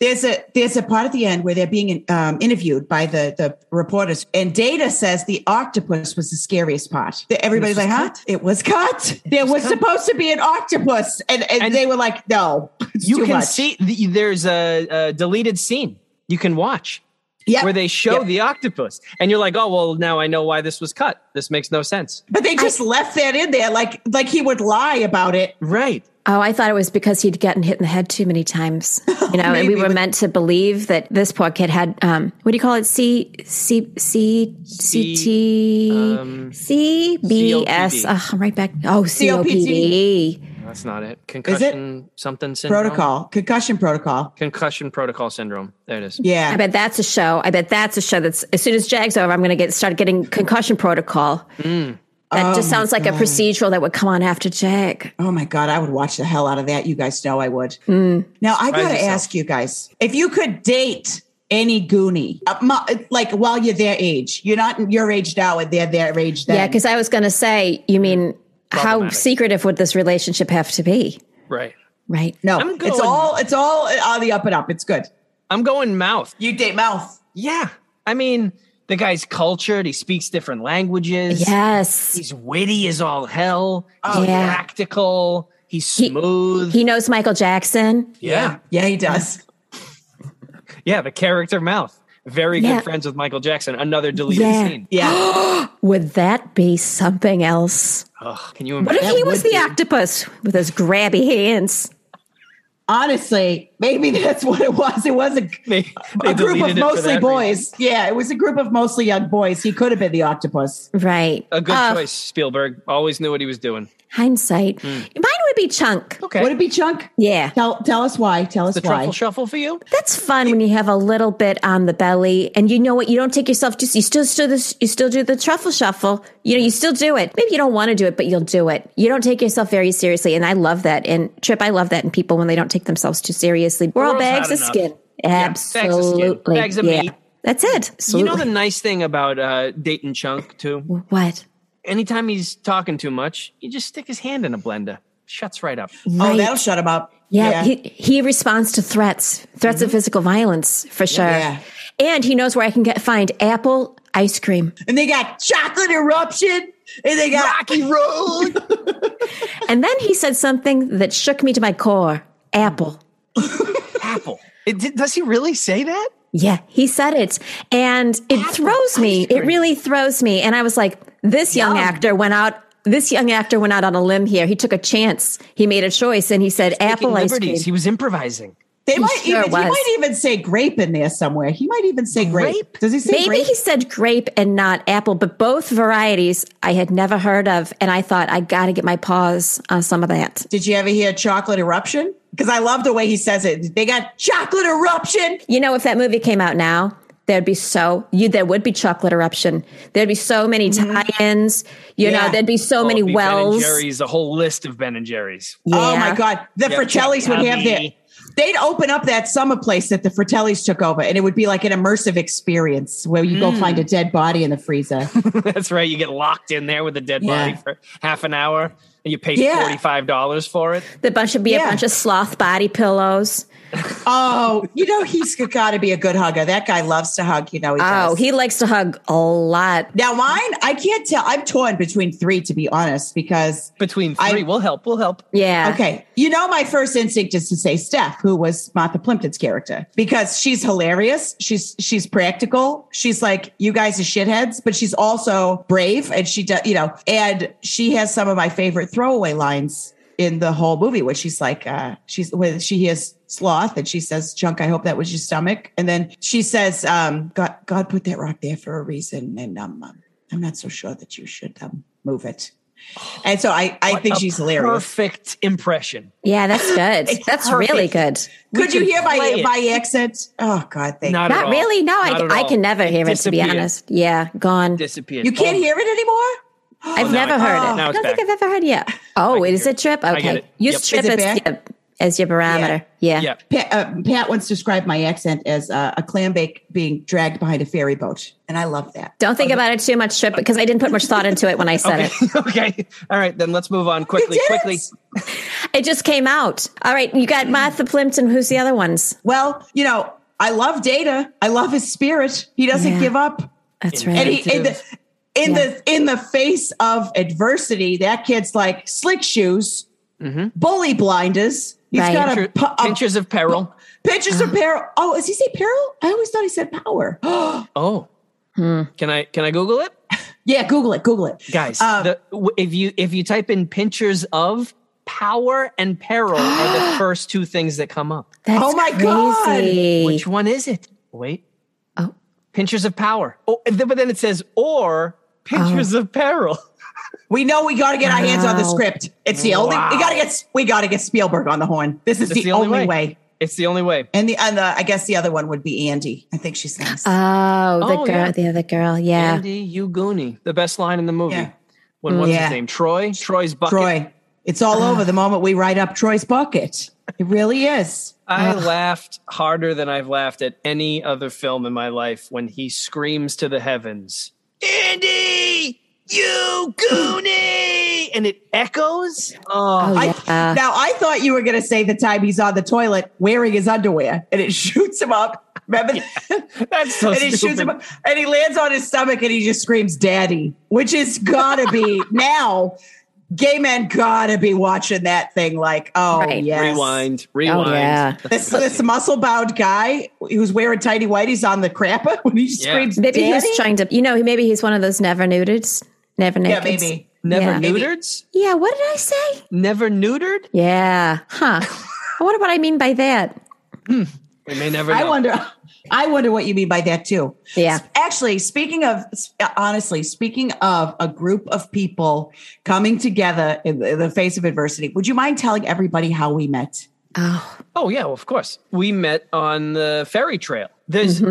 S2: There's a there's a part at the end where they're being um, interviewed by the the reporters, and Data says the octopus was the scariest part. The- Everybody's like, "Huh? It was cut. There was supposed to be an octopus," and and,
S4: And-
S2: they were like, "No, it's
S4: you
S2: too
S4: can
S2: much.
S4: see the, there's a, a deleted scene you can watch
S2: [laughs] Yep.
S4: where they show
S2: Yep.
S4: the octopus, and you're like, oh well, now I know why this was cut. This makes no sense.
S2: But they just left that in there, like like he would lie about it.
S4: Right.
S3: oh, I thought it was because he'd gotten hit in the head too many times. You know, and we
S2: Maybe
S3: were
S2: with-
S3: meant to believe that this poor kid had um, what do you call it? C C C C T
S4: um,
S3: C B S.
S4: COPD.
S3: Ugh, I'm right back. Oh,
S2: COPD.
S3: COPD.
S4: That's not it. Concussion something syndrome.
S2: protocol, concussion protocol.
S4: Concussion protocol syndrome. There it is.
S2: Yeah.
S3: I bet that's a show. I bet that's a show. That's as soon as Jag's over, I'm going to get start getting concussion protocol. That just sounds like a procedural that would come on after Jag.
S2: oh my God, I would watch the hell out of that. You guys know I would.
S3: Mm.
S2: Now, I got to
S4: yourself.
S2: ask you guys if you could date any Goonie, uh, mu- like while you're their age, you're not your age now and they're their age then.
S3: Yeah, because I was going to say, you mean how
S4: Problematic.
S3: secretive would this relationship have to be,
S4: Right.
S3: right?
S2: no,
S4: I'm
S2: it's
S4: going-
S2: all it's all on the up and up. It's good.
S4: I'm going mouth.
S2: You date mouth.
S4: Yeah. I mean, the guy's cultured. He speaks different languages.
S3: Yes,
S4: He's witty as all hell. He's
S3: Oh, yeah.
S4: practical. He's
S3: He-
S4: smooth.
S3: he knows Michael Jackson.
S4: yeah.
S2: Yeah, he
S3: [gasps]
S2: does.
S4: Yeah. The character mouth. Very
S3: Yeah.
S4: good friends with Michael Jackson. Another deleted
S3: Yeah.
S4: scene.
S2: Yeah.
S3: Would that be something else?
S4: Ugh, can you
S3: What
S4: imagine? [laughs]
S3: if he was the octopus with his grabby hands?
S2: Honestly, maybe that's what it was. It was a,
S4: They, they
S2: a group
S4: deleted
S2: of
S4: it for
S2: mostly
S4: that reason.
S2: boys. Yeah, it was a group of mostly young boys. He could have been the octopus.
S3: Right.
S4: A good
S3: Uh,
S4: choice, Hmm. Spielberg. Always knew what he was doing.
S3: Hindsight. Mine would be Chunk.
S4: Okay.
S2: Would it be Chunk?
S3: Yeah.
S2: Tell tell us why. Tell us
S4: the
S2: why.
S4: truffle shuffle for you?
S3: That's fun when you have a little bit on the belly, and you know what? You don't take yourself just. You still still this. You still do the truffle shuffle. You know, you still do it. Maybe you don't want to do it, but you'll do it. You don't take yourself very seriously, and I love that. And Trip, I love that in people when they don't take themselves too seriously. We're all
S4: World's
S3: bags
S4: not
S3: of
S4: enough.
S3: skin.
S4: bags of skin.
S3: Absolutely,
S4: Bags of
S3: yeah.
S4: meat.
S3: That's it.
S4: You know the
S3: Absolutely.
S4: nice thing about uh, Dayton Chunk too.
S3: what?
S4: Anytime he's talking too much, you just stick his hand in a blender. Shuts
S3: [laughs]
S4: right up.
S2: Oh,
S3: Right.
S2: that'll shut him up.
S3: Yeah, He, he responds to threats, threats of physical violence for sure,
S2: Yeah.
S3: and he knows where I can get find apple ice cream.
S2: and they got chocolate eruption, and they got
S4: Rocky Road.
S3: And then he said something that shook me to my core. Apple.
S4: [laughs] Apple. It, did- does he really say that?
S3: Yeah, he said it. And it throws me. It really throws me. And I was like, this young actor went out. This young actor went out on a limb here. He took a chance. He made a choice and he said apple
S4: Taking
S3: ice cream.
S4: liberties. He was improvising.
S2: they might
S3: sure
S2: even he
S3: was.
S2: might even say grape in there somewhere. He might even say grape.
S4: Grape?
S2: Does he say
S3: Maybe
S2: grape?
S3: he said grape and not apple, but both varieties I had never heard of. And I thought, I got to get my paws on some of that.
S2: Did you ever hear chocolate eruption? Because I love the way he says it. They got chocolate eruption.
S3: You know, if that movie came out now, there'd be so you there would be chocolate eruption. There'd be so many tie-ins. You
S2: Mm-hmm. Yeah.
S3: know, there'd be so many
S4: Oh, It'd be Ben and
S3: wells.
S4: Jerry's, [laughs] a whole list of Ben and Jerry's.
S3: Yeah.
S2: Oh my god, the Fratellis would have their They'd open up that summer place that the Fratellis took over, and it would be like an immersive experience where you go
S4: Hmm.
S2: find a dead body in the freezer.
S4: That's right. You get locked in there with a dead
S2: Yeah.
S4: body for half an hour and you pay
S2: Yeah.
S4: $45 for it.
S3: The bunch should be a
S2: Yeah.
S3: bunch of sloth body pillows.
S2: oh, you know he's got to be a good hugger. That guy loves to hug. You know he
S3: Oh,
S2: does.
S3: he likes to hug a lot.
S2: now mine, I can't tell. I'm torn between three, to be honest, because
S4: Between
S2: I-
S4: three, we'll help. We'll help.
S3: Yeah.
S2: Okay. You know, my first instinct is to say Steph, who was Martha Plimpton's character, because she's hilarious. She's she's practical. She's like, you guys are shitheads, but she's also brave and she does, you know, and she has some of my favorite throwaway lines in the whole movie where she's like, uh, she's when she hears sloth and she says, Junk, I hope that was your stomach. And then she says, um, God God put that rock there for a reason. And um, um, I'm not so sure that you should um, move it. And so I, I think
S4: A
S2: she's hilarious.
S4: Perfect impression.
S3: Yeah,
S2: [laughs]
S3: that's good. that's really good.
S4: We
S2: Could you
S4: can
S2: hear my
S4: play it.
S2: my accent? Oh God, thank
S4: Not,
S2: you.
S4: at
S3: Not
S4: all.
S3: really. No,
S4: Not at
S3: I, I
S4: all.
S3: can never hear it, to be
S4: disappeared.
S3: honest. Yeah, gone.
S4: Disappeared.
S2: You can't
S4: Oh,
S2: hear it anymore.
S3: I've
S4: now
S3: never
S4: I-
S3: heard
S2: oh,
S3: it.
S4: now
S3: I
S4: it's
S3: don't think
S4: back.
S3: I've ever heard it yet. Oh,
S4: can
S3: it is
S4: hear
S3: a
S4: it.
S3: trip?
S4: I get
S3: Okay.
S4: it.
S3: Use
S4: Yep.
S3: trip
S2: Is it
S3: as,
S2: back?
S3: your- as your barometer. Yeah.
S4: Yeah.
S2: Pat, uh, Pat once described my accent as uh, a clam bake being dragged behind a ferry boat, and I love that.
S3: Don't think about it too much, Trip, because I didn't put much thought into it when I said
S4: Okay.
S3: it.
S4: [laughs] okay. All right. Then let's move on quickly.
S2: did it!
S4: Quickly.
S3: It just came out. All right, you got Martha Plimpton. Who's the other ones?
S2: Well, you know, I love Data. I love his spirit. He doesn't
S3: Yeah.
S2: give up.
S3: That's
S4: And
S3: right.
S2: And he in the
S4: Negative.
S2: in the in the face of adversity, that kid's like slick shoes,
S4: Mm-hmm.
S2: bully blinders. He's
S3: Right.
S2: got a,
S4: Pincher-
S2: pu- um, a
S4: Pinchers of peril.
S2: Pictures
S4: Uh-huh.
S2: of peril. Oh, does he say peril? I always thought he said power. [gasps]
S4: Oh.
S2: Hmm.
S4: Can I can I Google it?
S2: yeah, Google it. Google it,
S4: Guys,
S2: Um,
S4: the, w- if you if you type in pinchers of power and peril are
S2: [gasps]
S4: the first two things that come up.
S3: That's
S2: Oh my God.
S3: crazy.
S4: Which one is it? Wait.
S3: Oh.
S4: Pinchers of power. Oh, and then- but then it says or pinchers
S2: Oh.
S4: of peril. [laughs]
S2: we know we got to get our hands on the
S3: Wow.
S2: script. It's the only
S4: Wow.
S2: we got to get we got to get Spielberg on the horn. This is
S4: It's
S2: the, only, way.
S4: It's the only way.
S2: And the and the I guess the other one would be Andy. I think she's nice.
S3: Oh, the
S4: Oh,
S3: girl,
S4: yeah.
S3: the other girl. Yeah.
S4: Andy Uguni, the best line in the movie.
S2: Yeah.
S4: When what's
S2: Yeah.
S4: his name? Troy. Troy's bucket.
S2: Troy, it's all over the moment we write up Troy's bucket. It really is.
S4: I laughed harder than I've laughed at any other film in my life when he screams to the heavens, Andy, you goonie! and it echoes. Oh,
S3: Oh,
S2: I,
S3: yeah.
S2: now I thought you were going to say the time he's on the toilet wearing his underwear and it [laughs] shoots him up. Remember?
S4: that's so
S2: and he
S4: stupid.
S2: shoots him up, and he lands on his stomach and he just screams daddy which is gotta
S3: [laughs]
S2: be now gay men gotta be watching that thing like oh
S3: Right.
S2: yes
S4: Rewind, rewind.
S3: yeah.
S2: this this muscle bound guy who's wearing tiny whitey's on the crapper [laughs] when he just
S4: Yeah.
S2: screams
S3: Maybe he
S2: daddy
S3: was trying to, you know, maybe he's one of those never nudeds. Never
S2: yeah
S3: naked.
S2: maybe
S4: Never
S3: Yeah.
S2: Maybe.
S4: neutered?
S3: Yeah, what did I say?
S4: Never neutered?
S3: Yeah.
S4: [laughs]
S3: Huh. I wonder what I mean by that.
S4: We may never know.
S2: i wonder i wonder what you mean by that too
S3: Yeah.
S2: actually speaking of uh, honestly speaking of a group of people coming together in the- in the face of adversity would you mind telling everybody how we met
S3: Oh,
S4: Oh yeah, well, of course. We met on the ferry trail. There's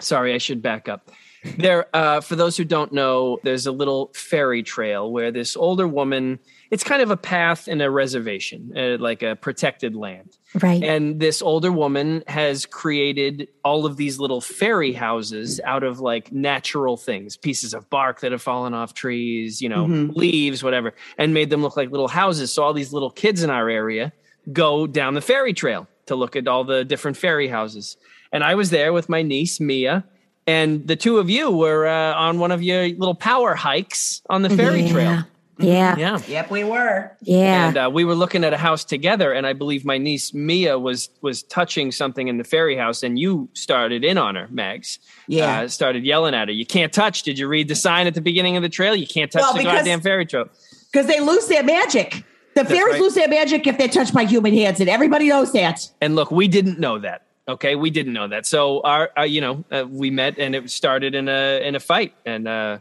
S4: sorry, I should back up. There, uh, for those who don't know, there's a little ferry trail where this older woman. It's kind of a path in a reservation, uh, like a protected land.
S3: right.
S4: And this older woman has created all of these little fairy houses out of like natural things, pieces of bark that have fallen off trees, you know, leaves, whatever, and made them look like little houses. So all these little kids in our area go down the fairy trail to look at all the different fairy houses. And I was there with my niece, Mia. And the two of you were uh, on one of your little power hikes on the ferry
S3: yeah.
S4: trail.
S3: Yeah.
S2: Mm-hmm.
S3: Yeah.
S4: Yeah
S2: yep we were
S4: and uh, we were looking at a house together and i believe my niece mia was was touching something in the fairy house and you started in on her mags
S2: Yeah.
S4: uh, started yelling at her you can't touch did you read the sign at the beginning of the trail you can't touch
S2: Well,
S4: the
S2: because-
S4: goddamn fairy trail
S2: because they lose their magic. The fairies
S4: right.
S2: lose their magic if they're touched by human hands, and everybody knows that.
S4: and look we didn't know that okay we didn't know that so our, uh you know uh, we met and it started in a in a fight and uh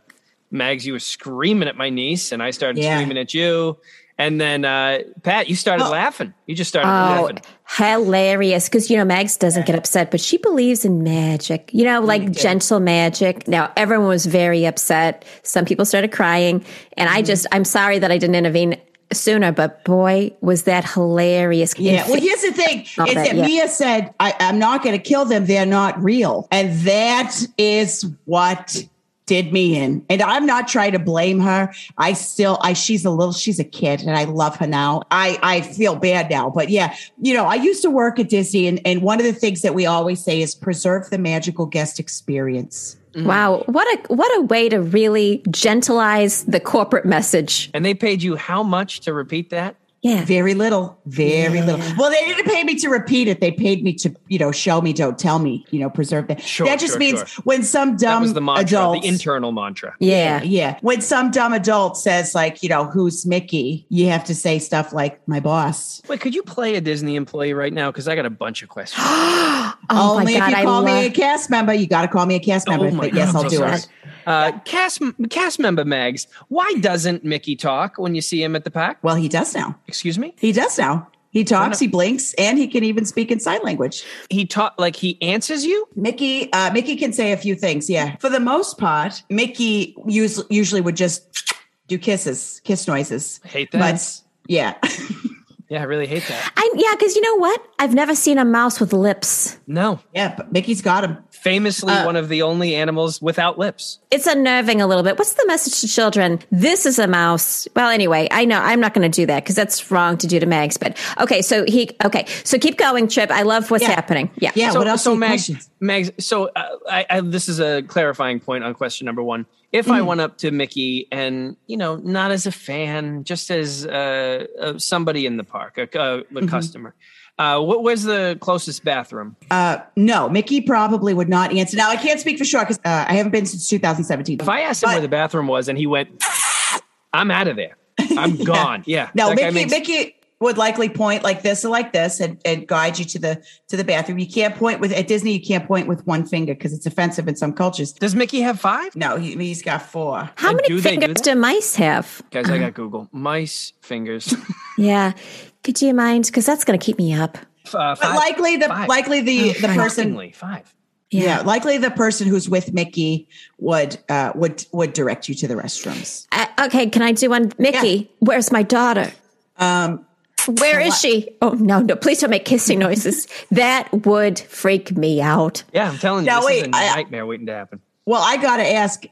S4: mags you were screaming at my niece and i started
S2: Yeah. Oh.
S4: screaming at you and then uh pat you started
S2: Well-
S4: laughing you just started
S3: Oh,
S4: laughing
S3: hilarious. Because, you know, Mags doesn't get upset, but she believes in magic, you know,
S2: Mm-hmm.
S3: like gentle magic. Now,
S2: Mm-hmm.
S3: everyone was very upset. Some people started crying. And I just, I'm sorry that I didn't intervene. sooner, but boy, was that hilarious.
S2: Yeah. Well, here's the thing: is
S3: Love
S2: that,
S3: that, yeah.
S2: Mia said, I, "I'm not going to kill them. They're not real," and that is what did me in. And I'm not trying to blame her. I still, I she's a little, she's a kid, and I love her now. I I feel bad now, but yeah, you know, I used to work at Disney, and and one of the things that we always say is preserve the magical guest experience.
S3: Wow,
S2: Mm-hmm.
S3: what a what a way to really gentilize the corporate message.
S4: And they paid you how much to repeat that?
S3: Yeah.
S2: Very little, very little. Well, they didn't pay me to repeat it. They paid me to, you know, show me, don't tell me, you know, preserve that.
S4: Sure,
S2: that just
S4: sure,
S2: means
S4: sure.
S2: when some
S4: That
S2: dumb
S4: was the mantra,
S2: adult,
S4: the internal mantra.
S3: Yeah.
S2: Um, yeah, when some dumb adult says like, you know, who's Mickey, you have to say stuff like my boss.
S4: Wait, could you play a Disney employee right now? Because I got a bunch of questions.
S2: [gasps]
S3: Oh
S2: Only
S3: my god,
S2: if
S3: I
S2: you call me
S3: love
S2: a cast member, you got to call me a cast member. but yes,
S4: I'm
S2: I'll
S4: Oh so
S2: do
S4: sorry.
S2: it.
S4: Uh, cast cast member Mags, why doesn't Mickey talk when you see him at the pack?
S2: Well, he does now.
S4: Excuse me.
S2: He does now. He talks, he blinks, and he can even speak in sign language.
S4: He taught like he answers you.
S2: Mickey, uh, Mickey can say a few things. Yeah, for the most part, Mickey us- usually would just do kisses, kiss noises.
S4: Hate that.
S2: But yeah, [laughs]
S4: yeah, I really hate that.
S3: I yeah, because you know what? I've never seen a mouse with lips.
S4: No,
S2: yeah, but Mickey's got him.
S4: famously
S2: Uh,
S4: one of the only animals without lips.
S3: It's unnerving a little bit. What's the message to children? This is a mouse. Well, anyway, I know I'm not going to do that because that's wrong to do to Mags. But okay, so he okay, so keep going, Chip. I love what's
S2: Yeah.
S3: happening. Yeah,
S2: Yeah,
S4: so,
S2: what else?
S4: so
S2: do you-
S4: Mags,
S2: questions?
S4: Mags, so uh, I, I, this is a clarifying point on question number one. If
S2: Mm-hmm.
S4: I went up to Mickey and you know, not as a fan, just as uh, uh, somebody in the park, a, a, a
S2: Mm-hmm.
S4: customer, uh, what was the closest bathroom?
S2: Uh, no, Mickey probably would not answer. Now I can't speak for sure because uh, I haven't been since 2017.
S4: If I asked him
S2: But-
S4: where the bathroom was and he went, "Ah, I'm out of there.
S2: [laughs]
S4: I'm gone. Yeah.
S2: no,
S4: that guy
S2: Mickey,
S4: makes-
S2: Mickey would likely point like this or like this and, and guide you to the to the bathroom. You can't point with at Disney. You can't point with one finger because it's offensive in some cultures.
S4: Does Mickey have five?
S2: No, he, he's got four.
S3: How
S4: And
S3: many
S4: do they do
S3: fingers
S4: that?
S3: do mice have?
S4: Guys, I got Google. Mice
S2: [laughs]
S4: fingers.
S3: Yeah, could you mind? Because that's going to keep me up.
S4: uh,
S2: But likely the
S4: five.
S2: likely the the person
S4: Shockingly, five.
S2: Yeah. likely the person who's with Mickey would uh, would would direct you to the restrooms.
S3: Uh, okay, can I do one? Mickey, where's my daughter?
S2: Um,
S3: Where is she? Oh no, no! Please don't make kissing noises. that would freak me out.
S4: Yeah, I'm telling you,
S2: Now,
S4: this is
S2: wait,
S4: a
S2: I-
S4: nightmare waiting to happen.
S2: well, I got to ask: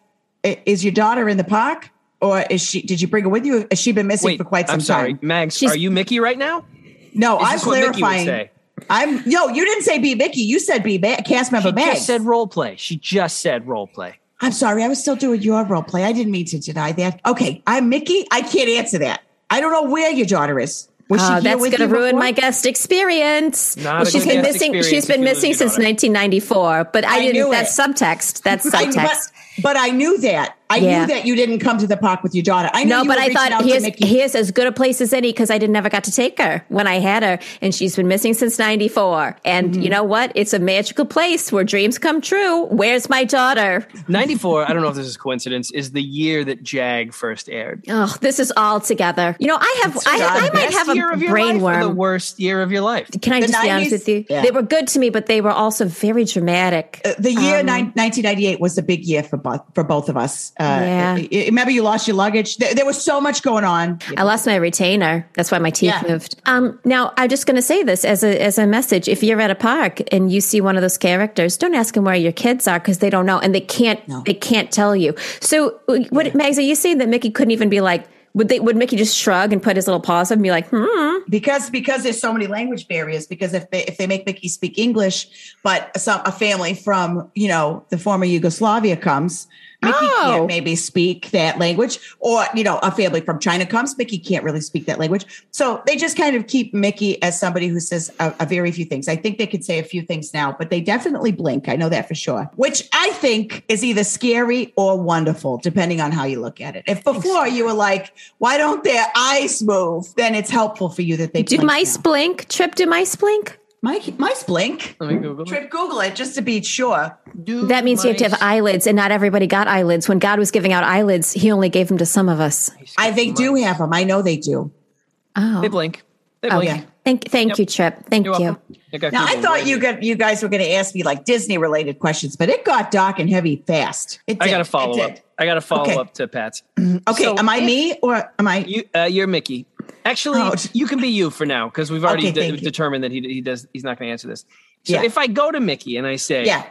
S2: i- Is your daughter in the park, or is she? Did you bring her with you? Has she been missing
S4: Wait,
S2: for quite some
S4: I'm sorry,
S2: time?
S4: Mags.
S3: She's-
S4: are you Mickey right now?
S2: No,
S4: Is
S2: I'm
S4: this what Mickey would
S2: clarifying.
S4: say?
S2: I'm no, you didn't say be Mickey. You said be Ma- cast member
S4: She
S2: Meg.
S4: just said role play. She just said role play.
S2: I'm sorry, I was still doing your role play. I didn't mean to deny that. Okay, I'm Mickey. I can't answer that. I don't know where your daughter is. Was she
S3: Oh,
S2: here
S3: that's
S2: with
S3: going to
S2: you
S3: ruin
S2: before?
S3: my guest experience.
S4: Not
S3: well,
S4: a
S3: she's
S4: good
S3: been
S4: guest
S3: missing.
S4: experience
S3: She's
S4: if
S3: been
S4: you lose
S3: missing
S4: your
S3: since
S4: daughter.
S3: 1994, but I,
S2: I
S3: didn't.
S2: knew
S3: That's
S2: it. [laughs]
S3: subtext. That's
S2: I-
S3: subtext.
S2: but, but I knew that. I
S3: Yeah.
S2: knew that you didn't come to the park with your daughter. I knew
S3: no,
S2: you
S3: but
S2: were
S3: I
S2: reaching out
S3: thought
S2: to
S3: here's
S2: Mickey.
S3: here's as good a place as any because I didn't never got to take her when I had her, and she's been missing since '94. And
S2: Mm-hmm.
S3: you know what? It's a magical place where dreams come true. Where's my daughter?
S4: 94, I don't know if this is coincidence, is the year that Jag first aired.
S3: Oh, this is all together. You know, I have I,
S2: not
S3: I
S2: the
S3: might
S4: Best
S3: have
S4: year
S3: a
S4: of your
S3: brain
S4: life or the
S3: worm.
S4: worst year of your life.
S3: Can I
S2: The
S3: just be honest
S2: 90s?
S3: with you?
S2: Yeah.
S3: They were good to me, but they were also very dramatic.
S2: Uh, the year
S3: um,
S2: nine, 1998 was a big year for both for both of us. Uh,
S3: Yeah.
S2: I- I- remember, you lost your luggage. There, there was so much going on.
S3: I lost my retainer. That's why my teeth
S2: Yeah.
S3: moved. Um, now I'm just going to say this as a as a message. If you're at a park and you see one of those characters, don't ask them where your kids are because they don't know and they can't they can't tell you. So what, Mags? Are you saying that Mickey couldn't even be like? Would they? Would Mickey just shrug and put his little paws up and be like, "Hmm"?
S2: because because there's so many language barriers because if they if they make mickey speak english but some a family from you know the former yugoslavia comes mickey
S3: Oh.
S2: can't maybe speak that language or you know a family from china comes mickey can't really speak that language so they just kind of keep mickey as somebody who says a, a very few things i think they could say a few things now but they definitely blink i know that for sure which i think is either scary or wonderful depending on how you look at it if before you were like why don't their eyes move then it's helpful for you that they
S3: Do
S2: blink
S3: mice
S2: now.
S3: blink? Trip? Do mice blink?
S2: Mike, mice blink
S4: Let me Google it.
S2: Trip, Google it just to be sure.
S4: Do
S3: That means you have to have
S4: mice-
S3: eyelids, and not everybody got eyelids. When God was giving out eyelids, He only gave them to some of us.
S2: I they do have them. I know they do.
S3: Oh,
S4: They blink. They blink.
S2: yeah.
S3: thank, thank you, Trip. Thank
S4: You're
S3: you.
S4: welcome. I got
S2: Now I
S4: Google
S2: thought
S4: right
S2: you
S4: here.
S2: got, you guys were going to ask me like Disney related questions, but it got dark and heavy fast. It
S4: I
S2: did.
S4: got to
S2: It
S4: follow
S2: did. Mm-hmm.
S4: up. I got to follow
S2: Okay.
S4: up to Pat's.
S2: Okay,
S4: So
S2: am I me or am I?
S4: You, uh, you're Mickey. Actually,
S2: Ouch.
S4: you can be you for now because we've already
S2: Oh, Okay,
S4: de-
S2: thank you.
S4: determined that he, he does. He's not going to answer this. So
S2: Yeah.
S4: if I go to Mickey and I say,
S2: Yeah.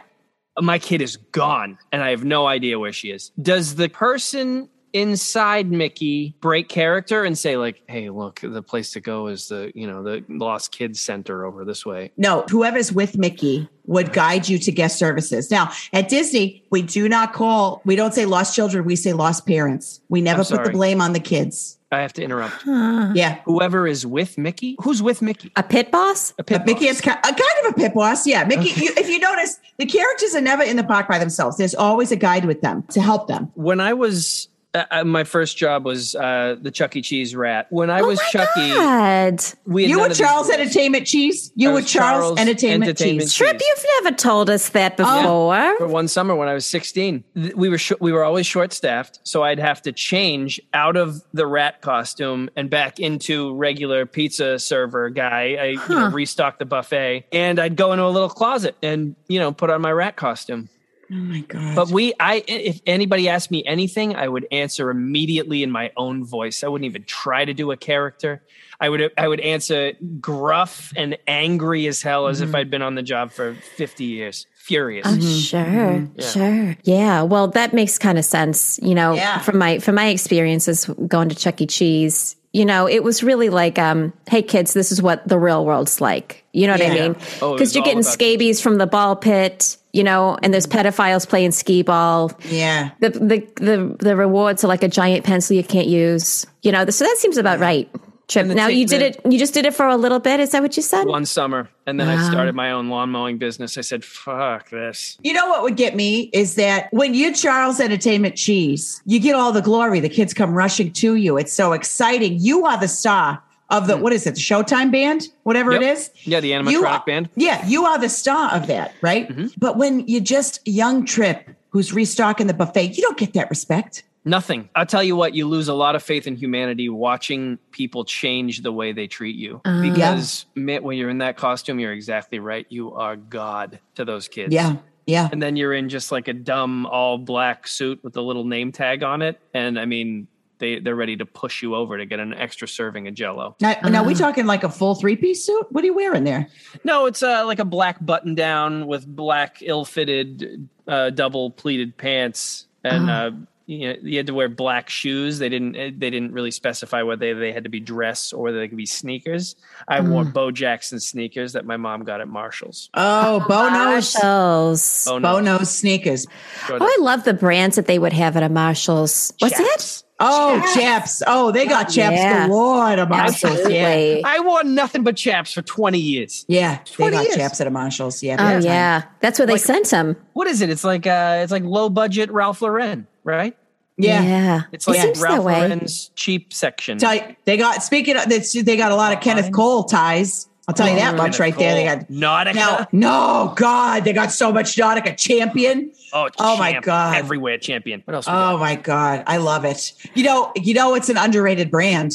S4: my kid is gone and I have no idea where she is. Does the person inside Mickey break character and say like, "Hey, look, the place to go is the, you know, the lost kids center over this way."
S2: No, whoever's with Mickey would guide you to guest services. Now, at Disney, we do not call, we don't say lost children, we say lost parents. We never put the
S4: sorry.
S2: blame on the kids.
S4: I have to interrupt.
S2: Yeah.
S4: Whoever is with Mickey? Who's with Mickey?
S3: A pit boss?
S4: A pit
S2: But Mickey
S4: boss.
S2: is ki- a kind of a pit boss. Yeah. Mickey, you, if you notice, the characters are never in the park by themselves. There's always a guide with them to help them.
S4: when I was uh, uh, my first job was uh, the Chuck E. Cheese rat. When I was Chucky,
S3: Oh God.
S4: we had
S2: You
S4: none
S2: were
S4: of these
S2: Charles
S4: rules.
S2: Entertainment Cheese.
S4: I
S2: You were
S4: was
S2: Charles,
S4: Charles
S2: Entertainment,
S4: Entertainment
S2: Cheese.
S4: Cheese.
S3: Trip, you've never told us that
S4: Oh.
S3: before.
S4: for one summer when I was 16. Th- We were sh- we were always short staffed, so I'd have to change out of the rat costume and back into regular pizza server guy. I you know, restocked the buffet, and I'd go into a little closet and you know put on my rat costume.
S2: Oh my God.
S4: But we, I, if anybody asked me anything, I would answer immediately in my own voice. I wouldn't even try to do a character. I would, I would answer gruff and angry as hell, as if I'd been on the job for 50 years, furious.
S3: Oh, sure, sure. Yeah. Well, that makes kind of sense, you know,
S2: Yeah.
S3: from my from my experiences going to Chuck E. Cheese. You know, it was really like, um, hey kids, this is what the real world's like. You know what I
S2: Yeah.
S3: mean?
S4: Oh, it
S3: Because
S4: was
S3: you're
S4: all
S3: getting
S4: about- Mm-hmm.
S3: scabies from the ball pit, you know, and there's pedophiles playing skee ball.
S2: yeah.
S3: The, the the the rewards are like a giant pencil you can't use. You know, so that seems about right. Trip.
S4: And the
S3: Now
S4: ta-
S3: you did
S4: the-
S3: it. You just did it for a little bit. Is that what you said?
S4: one summer and then I started my own lawn mowing business. I said, fuck this.
S2: You know what would get me is that when you Charles Entertainment Cheese, you get all the glory. The kids come rushing to you. It's so exciting. You are the star of the what is it? The Showtime band, whatever it
S4: Hmm. Yep.
S2: is.
S4: Yeah, the animatronic
S2: You are-
S4: band. Mm-hmm.
S2: Yeah, you are the star of that, right? But when you're just young Trip who's restocking the buffet, you don't get that respect.
S4: Nothing. I'll tell you what, you lose a lot of faith in humanity watching people change the way they treat you.
S2: Uh,
S4: because man, when you're in that costume, you're exactly right. You are God to those kids.
S2: Yeah, yeah.
S4: And then you're in just like a dumb all black suit with a little name tag on it. And I mean, they, they're ready to push you over to get an extra serving of jello.
S2: Now, now we
S4: Uh-huh.
S2: talking like a full three piece suit? What are you wearing there?
S4: No, it's uh, like a black button down with black ill-fitted uh, double pleated pants,
S2: Uh-huh.
S4: and uh, you, know, you had to wear black shoes. They didn't. eh, They didn't really specify whether they had to be dress or whether they could be sneakers. I
S2: Hmm.
S4: wore Bo Jackson sneakers that my mom got at Marshalls.
S2: Oh, Bono's,
S3: Marshalls.
S4: Oh
S2: Bono's sneakers.
S4: Go
S3: Oh,
S4: to-
S3: I love the brands that they would have at a Marshalls. What's
S4: Chaps.
S2: Oh, chaps. Oh, they got chaps
S3: Yeah.
S2: galore at a
S3: that?
S2: Marshalls. Yeah.
S3: Absolutely.
S4: I wore nothing but chaps for twenty years.
S2: Yeah, they
S4: 20
S2: got
S4: years.
S2: chaps at a Marshalls. Yeah,
S3: Oh
S2: big time.
S3: yeah, that's where they sent him.
S4: What is it? It's like uh, it's like low budget Ralph Lauren, right?
S2: yeah.
S4: It's like
S3: it seems
S4: Ralph
S3: that way.
S4: Lauren's cheap section.
S2: Tight. They got speaking. Of, this, they got a lot of Kenneth Cole ties. I'll tell you
S3: Oh.
S2: that much right there. They got
S4: Nautica.
S2: no, no, God, they got so much Nautica champion.
S4: Oh,
S2: Oh, my
S4: champ.
S2: God.
S4: Everywhere champion. What else? we got?
S2: Oh my God, I love it. You know, you know, it's an underrated brand.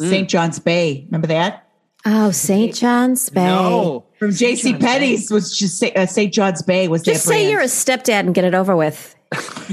S3: Mm.
S2: St. John's Bay, remember that
S3: Oh, St. John's Bay.
S4: No.
S2: from J.C. Penney's was just St. Uh, St. John's Bay was
S3: Just
S2: their
S3: say you're a
S2: brand.
S3: stepdad and get it over with.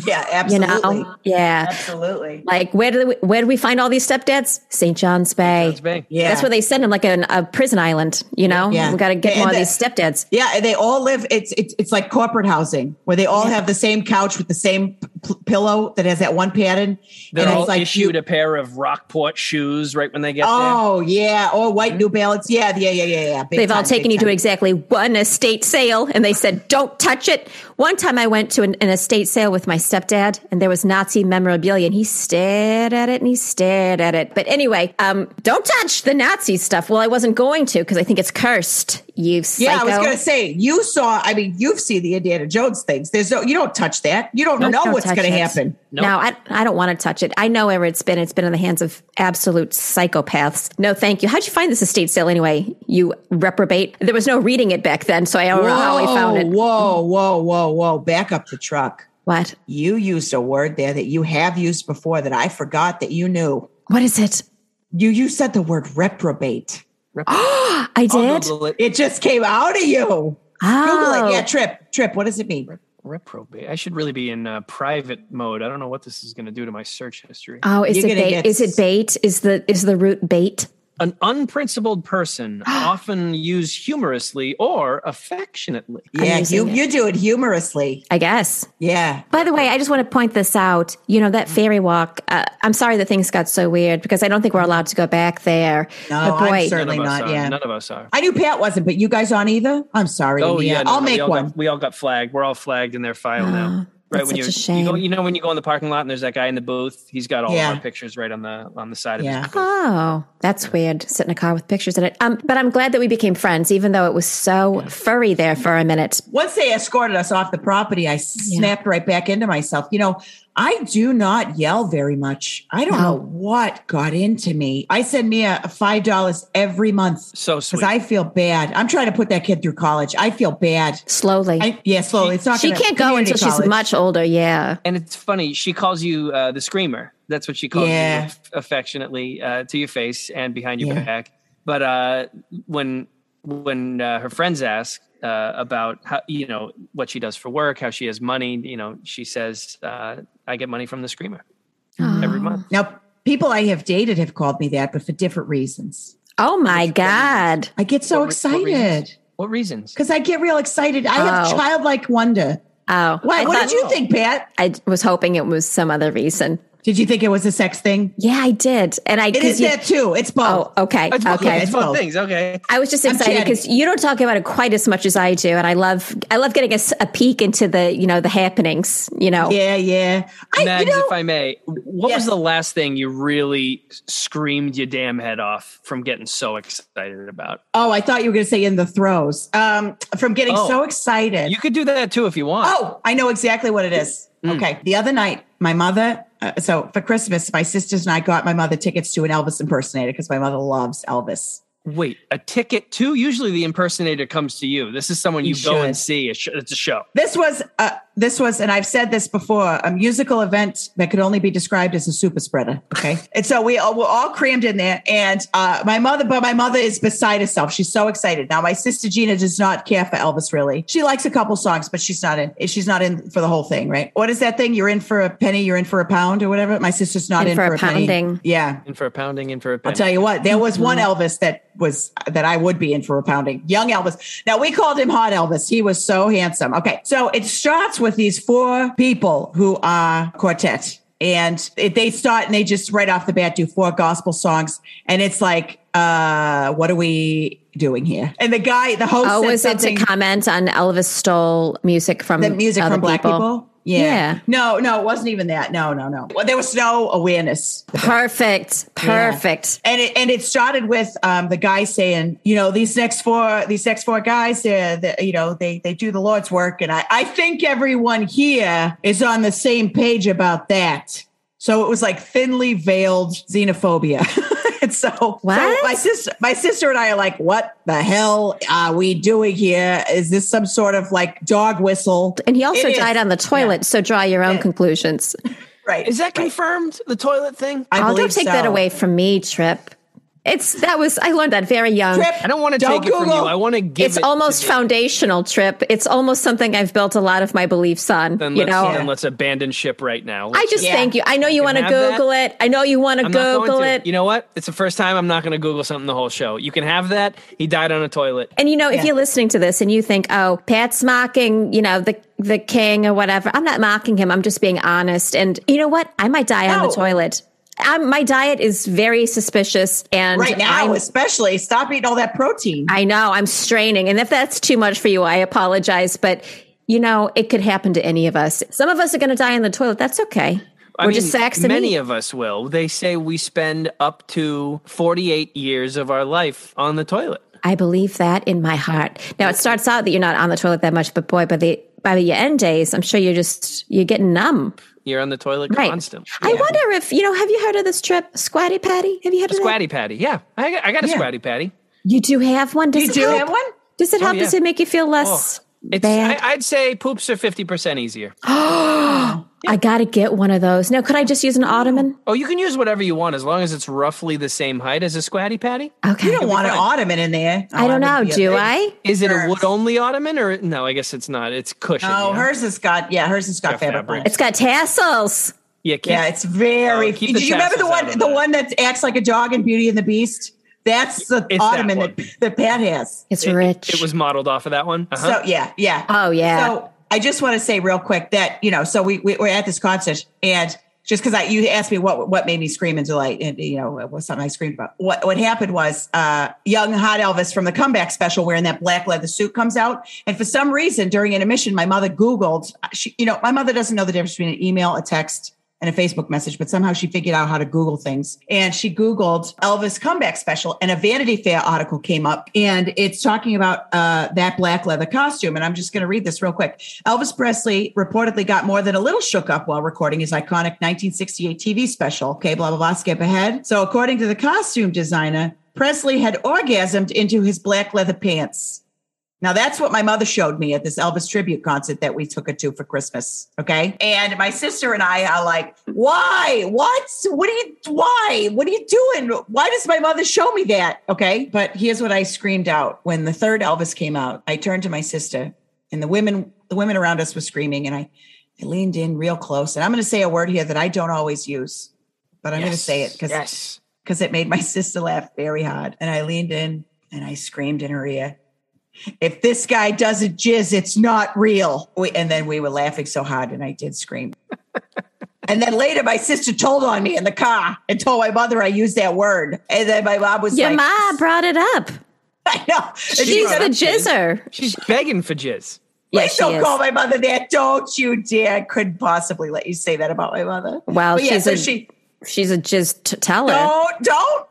S2: yeah,
S3: You
S2: absolutely,
S3: know? Yeah.
S2: absolutely.
S3: Like where do we, where do we find all these stepdads? St. John's Bay.
S4: It's big.
S2: Yeah,
S3: That's where they send him, like an, a prison island. You know,
S2: Yeah.
S3: we got to get
S2: And
S3: more of
S2: the-
S3: these stepdads.
S2: Yeah, and they all live. It's it's it's like corporate housing where they all have the same couch with the same p- pillow that has that one pattern.
S4: They're
S2: and
S4: all
S2: it's like
S4: issued
S2: you-
S4: a pair of Rockport shoes right when they get
S2: oh yeah, or white
S4: Mm-hmm.
S2: New Balance. Yeah, yeah, yeah, yeah, yeah. Big
S3: They've all
S2: time,
S3: taken
S2: big
S3: you to
S2: time.
S3: exactly one estate sale and they said, don't touch it. One time I went to an, an estate sale with my stepdad and there was Nazi memorabilia and he stared at it and he stared at it. But anyway, um, don't touch the Nazi stuff. Well, I wasn't going to because I think it's cursed. You psycho.
S2: Yeah, I was gonna say you saw. I mean, you've seen the Indiana Jones things. There's no, you don't touch that. You don't know
S3: don't
S2: what's
S3: touch
S2: gonna
S3: it.
S2: happen.
S4: Nope.
S3: No, I, I don't want to touch it. I know where it's been. It's been in the hands of absolute psychopaths. No, thank you. How'd you find this estate sale anyway? You reprobate. There was no reading it back then, so I don't know how I found it.
S2: Whoa, whoa, whoa, whoa! Back up the truck.
S3: What?
S2: You used a word there that you have used before that I forgot that you knew.
S3: What is it? [gasps]
S2: You you said the word reprobate.
S3: I
S4: there.
S3: did.
S4: Google it.
S2: It just came out of you. Google
S3: Oh.
S2: it. Yeah, trip, trip. What does it mean?
S4: Reprobate. I should really be in uh, private mode. I don't know what this is going to do to my search history.
S3: Oh, is
S2: You're
S3: it
S2: gonna
S3: bait?
S2: get-
S3: Is it bait? Is the is the root bait?
S4: An
S2: [gasps]
S4: unprincipled person, often used humorously or affectionately.
S2: Yeah, you,
S3: using it.
S2: you do it humorously.
S3: I guess.
S2: Yeah.
S3: By the way, I just want to point this out. You know,
S2: Mm.
S3: that fairy walk, uh, I'm sorry that things got so weird because I don't think we're allowed to go back there.
S2: No,
S3: but boy,
S2: I'm
S4: None
S2: certainly
S4: of us
S2: not.
S4: are.
S2: Yeah.
S4: None of us are.
S2: I knew Pat wasn't, but you guys aren't either. I'm sorry.
S4: Oh
S2: Leanne.
S4: yeah, no,
S2: I'll
S4: no, we
S2: make
S4: all
S2: one. Ah,
S4: Got, we all got flagged. We're all flagged in their file
S3: Oh,
S4: now. Right
S3: that's
S4: when you're,
S3: such a
S4: you go,
S3: shame.
S4: you know, when you go in the parking lot and there's that guy in the booth, he's got all
S2: Yeah.
S4: of our pictures right on the on the side of
S2: Yeah.
S4: his. Booth.
S3: Oh, that's weird. Sit in a car with pictures in it. Um, but I'm glad that we became friends, even though it was so furry there for a minute.
S2: Once they escorted us off the property, I snapped right back into myself. You know, I do not yell very much. I don't know what got into me. I send Mia five dollars every month
S4: So
S2: because
S4: sweet.
S2: Uh-huh. I feel bad. I'm trying to put that kid through college. I feel bad.
S3: Slowly.
S2: I, yeah, slowly. It's not.
S3: she
S2: gonna-
S3: can't go
S2: community
S3: until she's
S2: college.
S3: much older. Yeah.
S4: and it's funny. She calls you uh, the screamer. That's what she calls
S2: Yeah.
S4: you aff- affectionately uh, to your face and behind your
S2: Yeah.
S4: back. But uh, when when uh, her friends ask uh, about how you know what she does for work, how she has money, you know, she says, uh, "I get money from the screamer
S2: Ah.
S4: every month."
S2: Now, people I have dated have called me that, but for different reasons.
S3: Oh my God.
S2: I get so
S4: What re- what reasons?
S2: excited
S4: What reasons?
S2: because I get real excited. I have
S3: Oh.
S2: childlike wonder.
S3: Oh,
S2: Why,
S3: I
S2: what
S3: thought-
S2: did you think, Pat?
S3: I was hoping it was some other reason.
S2: Did you think it was a sex thing?
S3: Yeah, I did. And I,
S2: It is
S3: because you,
S2: that too. It's both.
S3: oh, okay.
S4: It's both-
S3: Okay.
S4: it's both things. Okay.
S3: I was just
S2: I'm
S3: excited
S2: chatty.
S3: because you don't talk about it quite as much as I do, and I love I love getting a, s- a peek into the you know the happenings. You know,
S2: Yeah, yeah. I,
S4: Mags,
S2: you know,
S4: if I may, what
S2: Yes.
S4: was the last thing you really screamed your damn head off from getting so excited about?
S2: oh, I thought you were going to say in the throes um, from getting
S4: Oh.
S2: so excited.
S4: You could do that too if you want.
S2: Oh, I know exactly what it is.
S3: Mm.
S2: Okay. The other night, my mother, uh, so for Christmas, my sisters and I got my mother tickets to an Elvis impersonator because my mother loves Elvis.
S4: Wait, a ticket too? Usually the impersonator comes to you. This is someone you,
S2: You
S4: go
S2: should.
S4: and see. It's sh- it's a show.
S2: This was, uh, this was, and I've said this before, a musical event that could only be described as a super spreader. [laughs] Okay. and so we all, were all crammed in there. And uh, my mother, but my mother is beside herself. She's so excited. Now, my sister Gina does not care for Elvis really. She likes a couple songs, but she's not in, she's not in for the whole thing, right? What is that thing? You're in for a penny, you're in for a pound or whatever. My sister's not in, for, a penny.
S3: pounding.
S2: Yeah.
S4: In for a pounding, in for a
S2: I'll
S4: penny.
S2: tell you what, there was one Elvis that was that I would be in for a pounding. Young Elvis. Now we called him Hot Elvis. He was so handsome. Okay. So it starts with these four people who are quartet. And it, they start and they just right off the bat do four gospel songs. And it's like, uh, what are we doing here? And the guy, the host
S3: oh,
S2: said
S3: was it to
S2: something-
S3: comment on Elvis stole music from
S2: the music
S3: other
S2: from black people. Yeah.
S3: Yeah.
S2: No, no, it wasn't even that. No, no, no. Well, there was no awareness.
S3: [laughs] Perfect, perfect.
S2: And it and it started with um, the guy saying, you know, these next four these next four guys, they're, they you know, they they do the Lord's work, and I I think everyone here is on the same page about that. So it was like thinly veiled xenophobia. [laughs] and so, so
S3: What?
S2: my sister my sister and I are like, what the hell are we doing here? Is this some sort of like dog whistle?
S3: And he also
S2: It is.
S3: died on the toilet, so draw your own conclusions.
S2: Right.
S4: Is that
S2: right.
S4: confirmed? The toilet thing?
S2: I
S4: I,
S3: Oh, don't
S2: believe
S3: take that
S2: so.
S3: away from me, Trip. It's that was I learned that very young.
S2: Trip,
S4: don't want to take
S2: don't
S4: it from you.
S2: Google.
S4: I want to give
S3: it's
S4: it.
S3: almost foundational, Trip. It's almost something I've built a lot of my beliefs on.
S4: then
S3: you
S4: let's,
S3: know,
S4: then let's abandon ship right now.
S3: I just
S2: Yeah.
S3: thank you. I know you want to
S4: have that.
S3: Google it. I know you want to
S4: I'm not
S3: Google
S4: going
S3: it.
S4: to. You know what? It's the first time I'm not going to Google something the whole show. You can have that. He died on a toilet.
S3: and you know,
S2: Yeah.
S3: if you're listening to this and you think, "Oh, Pat's mocking," you know, the the king or whatever. I'm not mocking him. I'm just being honest. And you know what? I might die on
S2: No.
S3: the toilet. Um, my diet is very suspicious, and
S2: right now,
S3: I'm-
S2: especially stop eating all that protein.
S3: I know I'm straining. And if that's too much for you, I apologize. But you know, it could happen to any of us. Some of us are going to die in the toilet. That's okay.
S4: I
S3: We're
S4: mean,
S3: just sacks and
S4: many
S3: meat.
S4: of us will. They say we spend up to 48 years of our life on the toilet.
S3: I believe that in my heart. Now it starts out that you're not on the toilet that much, but boy, by the by the end days, I'm sure you're just you're getting numb.
S4: You're on the toilet
S3: Right.
S4: constantly.
S3: I wonder if you know. Have you heard of this trip, Squatty Patty? Have you heard of that?
S4: Squatty patty. Yeah, I got, I got a
S2: Yeah.
S4: squatty patty.
S3: You do have one. Does
S2: You
S3: it
S2: do
S3: help?
S2: have one? Oh,
S3: Does it help?
S4: yeah.
S3: Does it make you feel less
S4: Oh. It's,
S3: bad?
S4: I, I'd say poops are 50% easier.
S3: I, gotta get one of those. Now, could I just use an ottoman?
S4: Oh, you can use whatever you want as long as it's roughly the same height as a squatty patty.
S3: Okay.
S2: You don't want an
S4: fine.
S2: ottoman in there. Oh,
S3: I don't know. Do
S2: I?
S3: I?
S4: Is it a
S2: Sure.
S4: wood only ottoman or no? I guess it's not. It's cushion.
S2: No,
S3: Oh,
S4: yeah.
S2: hers has got yeah, hers has got
S4: Got
S2: fabric.
S4: fabric.
S2: on it.
S3: It's got tassels.
S4: Yeah, keep,
S2: Yeah, it's very.
S4: Oh, keep
S2: Do
S4: the
S2: you remember the
S4: tassels out
S2: one
S4: of
S2: the
S4: that.
S2: one that acts like a dog in Beauty and the Beast? That's the
S4: It's that
S2: ottoman
S4: one.
S2: that, that Pat has.
S3: It's
S4: It-
S3: rich.
S4: It, was modeled off of that one. Uh-huh.
S2: So yeah, yeah.
S3: oh yeah.
S2: So I just want to say real quick that you know, so we, we we're at this concert, and just because I you asked me what what made me scream and delight, and you know, what was something I screamed about. What what happened was, uh, young hot Elvis from the comeback special, wearing that black leather suit, comes out, and for some reason during intermission, my mother Googled. She, you know, my mother doesn't know the difference between an email, a text. And a Facebook message, but somehow she figured out how to Google things. And she Googled Elvis comeback special, and a Vanity Fair article came up, and it's talking about uh, that black leather costume. And I'm just going to read this real quick. Elvis Presley reportedly got more than a little shook up while recording his iconic 1968 TV special. Okay, blah, blah, blah, skip ahead. So, according to the costume designer, Presley had orgasmed into his black leather pants. Now that's what my mother showed me at this Elvis tribute concert that we took her to for Christmas. Okay. And my sister and I are like, why? What? What are you why? What are you doing? Why does my mother show me that? Okay. But here's what I screamed out. When the third Elvis came out, I turned to my sister and the women, the women around us were screaming. And I, I leaned in real close. And I'm gonna say a word here that I don't always use, but I'm gonna say it because
S4: yes.
S2: because it made my [laughs] sister laugh very hard. And I leaned in and I screamed in her ear, If this guy doesn't jizz, it's not real. We, and then we were laughing so hard, and I did
S3: [laughs]
S2: scream. and then later, my sister told on me in the car and told my mother I used that word. And then my mom was
S3: Your
S2: like,
S3: ma brought it up.
S2: [laughs] I know. And she
S3: She's
S2: said,
S3: the jizzer.
S4: She's begging for jizz.
S3: Yeah,
S2: Please
S3: she
S2: don't
S3: is.
S2: call my mother that. Don't you dare. I couldn't possibly let you say that about my mother.
S3: Well,
S2: But yeah,
S3: she's
S2: so
S3: a-
S2: she,
S3: She's a jizz t- teller.
S2: don't, don't.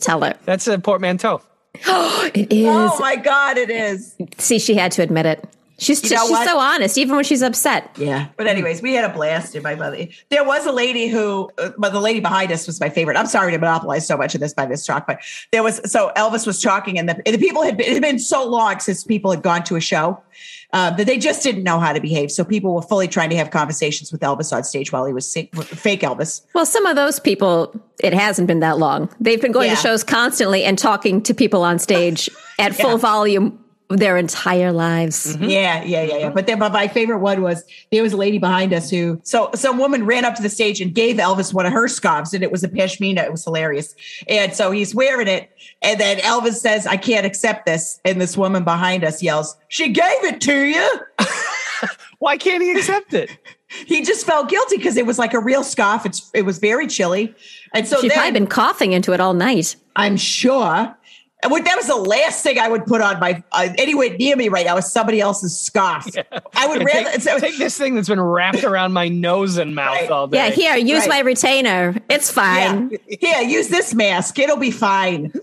S2: [gasps]
S3: teller.
S4: That's a portmanteau.
S3: It is.
S2: Oh my God, it is.
S3: See, she had to admit it. She's
S2: know
S3: she's
S2: what?
S3: so honest, even when she's upset.
S2: Yeah. But anyways, we had a blast in my mother. There was a lady who, uh, but the lady behind us was my favorite. I'm sorry to monopolize so much of this by this talk, but there was, so Elvis was talking and the, and the people had been, it had been so long since people had gone to a show uh, that they just didn't know how to behave. So people were fully trying to have conversations with Elvis on stage while he was sing- fake Elvis.
S3: Well, some of those people, it hasn't been that long. They've been going
S2: Yeah.
S3: to shows constantly and talking to people
S2: [laughs]
S3: on stage at full volume their entire lives.
S2: Yeah, yeah, yeah, yeah. But then, but my favorite one was there was a lady behind us who, so some woman ran up to the stage and gave Elvis one of her scarves, and it was a pashmina. It was hilarious. And so he's wearing it, and then Elvis says, "I can't accept this," and this woman behind us yells, "She gave it to you."
S4: Why can't he
S2: [laughs]
S4: accept it?
S2: He just felt guilty because it was like a real scarf. It's it was very chilly, and so
S3: She's
S2: then,
S3: probably been coughing into it all night.
S2: I'm sure. And what- that was the last thing I would put on my uh, anywhere near me right now is somebody else's scarf. I would rather
S4: take,
S2: so-
S4: take this thing that's been wrapped around my nose and mouth
S2: Right.
S4: all
S3: Yeah,
S4: day.
S3: here, use
S2: Right.
S3: my retainer. It's fine. [laughs]
S2: Yeah. yeah, use this mask. It'll be fine.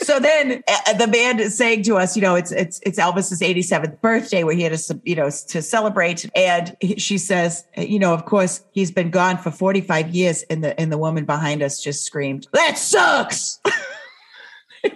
S2: so then uh, the band is saying to us, you know, it's it's it's Elvis's 87th birthday. We're here to ce- you know to celebrate. And he- she says, you know, of course he's been gone for 45 years. And the and the woman behind us just screamed, "That sucks!" [laughs]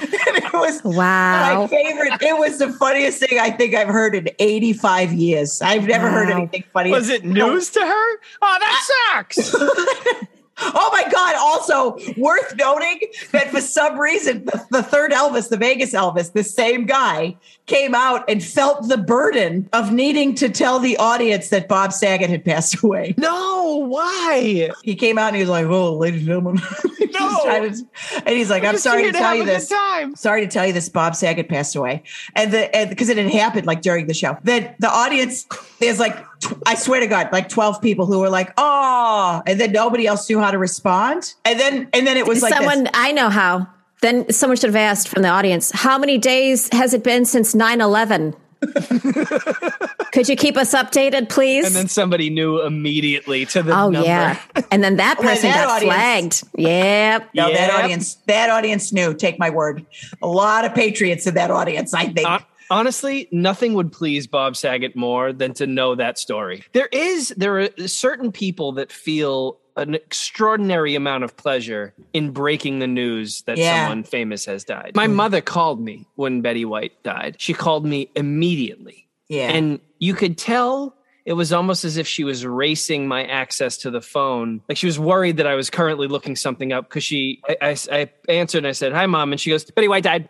S2: and [laughs] it was
S3: Wow.
S2: my favorite. It was the funniest thing I think I've heard in 85 years. I've never heard
S3: Wow.
S2: anything funny.
S4: Was it news to her? Oh, that sucks.
S2: [laughs] Oh my God. Also, worth noting that for some reason, the, the third Elvis, the Vegas Elvis, the same guy came out and felt the burden of needing to tell the audience that Bob Saget had passed away.
S4: no, why?
S2: He came out and he was like, Oh, ladies and gentlemen. [laughs] He was
S4: No.
S2: trying to- and he's like, I'm
S4: Just
S2: sorry
S4: here
S2: to tell
S4: have
S2: you
S4: a good
S2: this.
S4: Time.
S2: Sorry to tell you this, Bob Saget passed away. And the and because it had happened like during the show. That the audience, there's like tw- I swear to God, like 12 people who were like, oh, and then nobody else knew how to respond. And then and then it was like this.
S3: someone I know how. Then someone should have asked from the audience, how many days has it been since
S2: [laughs]
S3: 9 11? Could you keep us updated, please?
S4: And then somebody knew immediately to the
S3: oh,
S4: number.
S3: yeah. And
S2: [laughs]
S3: then that
S2: Well,
S3: person
S2: that
S3: got
S2: audience-
S3: flagged. Yep.
S2: No,
S4: Yep.
S2: that audience, that audience knew. Take my word, a lot of patriots in that audience. I think.
S4: Hon- Honestly, nothing would please Bob Saget more than to know that story. There is there are certain people that feel an extraordinary amount of pleasure in breaking the news that
S2: Yeah. Mm.
S4: someone famous has died. My mother called me when Betty White died. She called me immediately.
S2: yeah,
S4: And you could tell it was almost as if she was racing my access to the phone. Like she was worried that I was currently looking something up because she, I, I, I answered and I said, Hi, mom. And she goes, Betty
S3: [laughs]
S4: White died.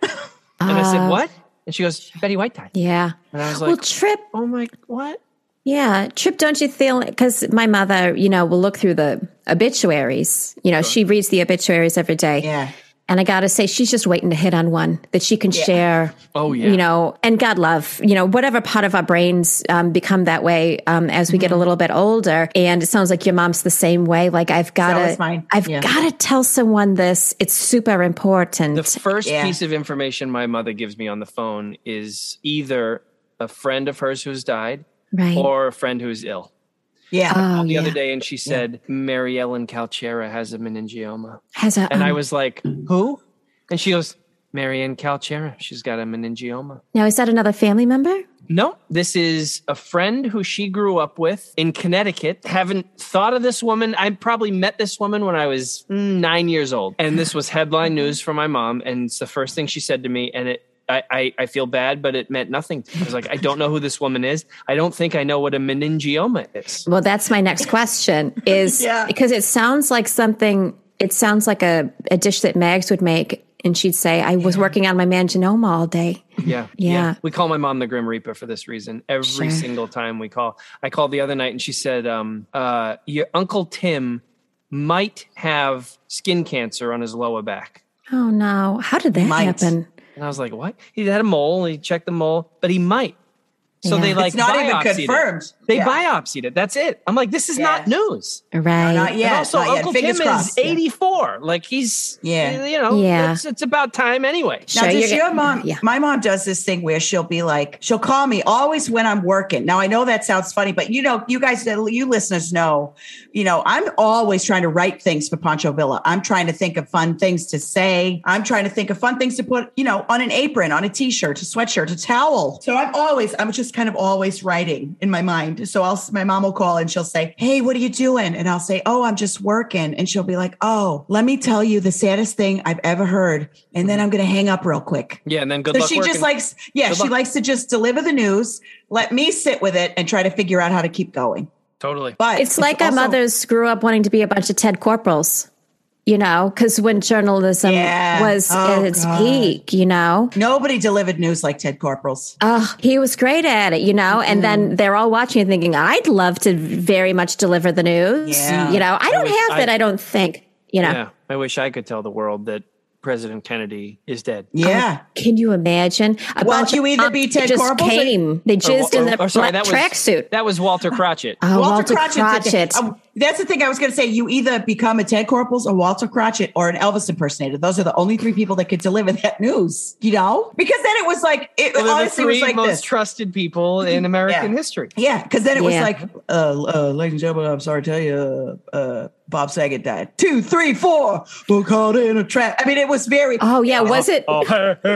S4: And I said,
S3: Uh,
S4: What? And she goes, Betty White died.
S3: Yeah.
S4: And I was
S3: well,
S4: like,
S3: Trip,
S4: Oh my, what?
S3: Yeah, Trip, don't you feel? Because my mother, you know, will look through the obituaries. You know, she reads the obituaries every day.
S2: Yeah.
S3: And I got to say, she's just waiting to hit on one that she can share.
S4: Oh, yeah.
S3: You know, and God love, you know, whatever part of our brains um, become that way um, as we
S4: Mm-hmm.
S3: get a little bit older. And it sounds like your mom's the same way. Like, I've got
S2: was
S3: to,
S2: mine.
S3: I've
S2: Yeah.
S3: got to tell someone this. It's super important.
S4: The first
S2: Yeah.
S4: piece of information my mother gives me on the phone is either a friend of hers who's died
S3: right.
S4: or a friend who's ill.
S2: Yeah.
S3: oh,
S4: The
S3: yeah.
S4: other day, and she said, Mary Ellen Calchera has a meningioma.
S3: Has a,
S4: And I
S3: um,
S4: was like, Who? And she goes, Mary Ellen Calchera. She's got a meningioma.
S3: now, is that another family member?
S4: No, this is a friend who she grew up with in Connecticut. Haven't thought of this woman. I probably met this woman when I was mm, nine years old. And this was headline news for my mom. And it's the first thing she said to me. And it, I, I, I feel bad, but it meant nothing. to me. I was like, I don't know who this woman is. I don't think I know what a meningioma is.
S3: Well, that's my next question
S2: [laughs]
S3: is
S2: Yeah.
S3: because it sounds like something, it sounds like a, a dish that Mags would make. And she'd say, I was working on my manginoma all day.
S4: Yeah.
S3: Yeah.
S4: We call my mom the Grim Reaper for this reason. Every
S3: Sure.
S4: single time we call, I called the other night and she said, um, uh, Your Uncle Tim might have skin cancer on his lower back.
S3: Oh no. How did that
S2: Might.
S3: happen?
S4: And I was like, what? He had a mole. He checked the mole, but he might. So
S3: Yeah.
S4: they
S3: It's
S4: like
S2: it's not even
S4: biopsied it.
S2: confirmed.
S4: They
S2: yeah.
S4: biopsied it. That's it. I'm like, this is not
S2: Yeah.
S4: news.
S3: Right.
S2: not
S4: And
S2: yet.
S4: also,
S2: not yet.
S4: Uncle
S2: Fingers
S4: Tim
S2: crossed.
S4: is
S2: Yeah.
S4: 84. Like he's,
S2: Yeah.
S4: you know,
S3: Yeah.
S4: it's, it's about time anyway.
S3: Sure,
S2: Now,
S3: you're
S2: does
S3: get-
S2: your mom?
S3: Yeah.
S2: My mom does this thing where she'll be like, she'll call me always when I'm working. Now, I know that sounds funny, but you know, you guys, you listeners know, you know, I'm always trying to write things for Pancho Villa. I'm trying to think of fun things to say. I'm trying to think of fun things to put, you know, on an apron, on a t-shirt, a sweatshirt, a towel. So I'm always, I'm just kind of always writing in my mind. So I'll, my mom will call and she'll say, Hey, what are you doing? And I'll say, Oh, I'm just working. And she'll be like, Oh, let me tell you the saddest thing I've ever heard. And then I'm going to hang up real quick
S4: Yeah. And then Mm-hmm. good
S2: so
S4: luck.
S2: she
S4: working.
S2: just likes yeah
S4: Good
S2: she
S4: luck.
S2: likes to just deliver the news let me sit with it and try to figure out how to keep going
S4: totally.
S2: but
S3: It's like our
S2: also-
S3: mothers grew up wanting to be a bunch of Ted Corporals, you know, because when journalism
S2: Yeah.
S3: was
S2: Oh,
S3: at its
S2: God.
S3: peak, you know,
S2: nobody delivered news like ted corporals
S3: oh, he was great at it, you know, and then they're all watching and thinking, I'd love to very much deliver the news.
S2: Yeah.
S3: You know, I don't
S4: wish
S3: have that,
S4: I-
S3: I don't think, you know.
S4: Yeah. I wish I could tell the world that President Kennedy is dead.
S3: Oh,
S2: yeah
S3: Can you imagine? A
S2: Well,
S3: bunch
S2: you
S3: of
S2: either be
S3: punks that
S2: Ted
S3: just
S2: Corporals or- Oh,
S3: came. they jizzed in their black
S4: that was
S3: tracksuit.
S4: That was Walter Crotchet.
S3: Oh,
S2: Walter,
S3: Walter,
S2: Crotchet. did
S3: Crotchet.
S2: that. Um, that's the thing I was going to say. You either become a Ted Corporals, a Walter Crotchet, or an Elvis impersonator. Those are the only three people that could deliver that news, you know? Because then it was like, it
S4: One of the
S2: honestly was
S4: three
S2: like
S4: most
S2: this.
S4: trusted people in American
S2: Yeah.
S4: history.
S2: Yeah, because then it was
S3: Yeah.
S2: like, uh, uh, ladies and gentlemen, I'm sorry to tell you, uh, uh, Bob Saget died. Two, three, four. We're caught in a trap. I mean, it was very.
S3: Oh yeah, was it?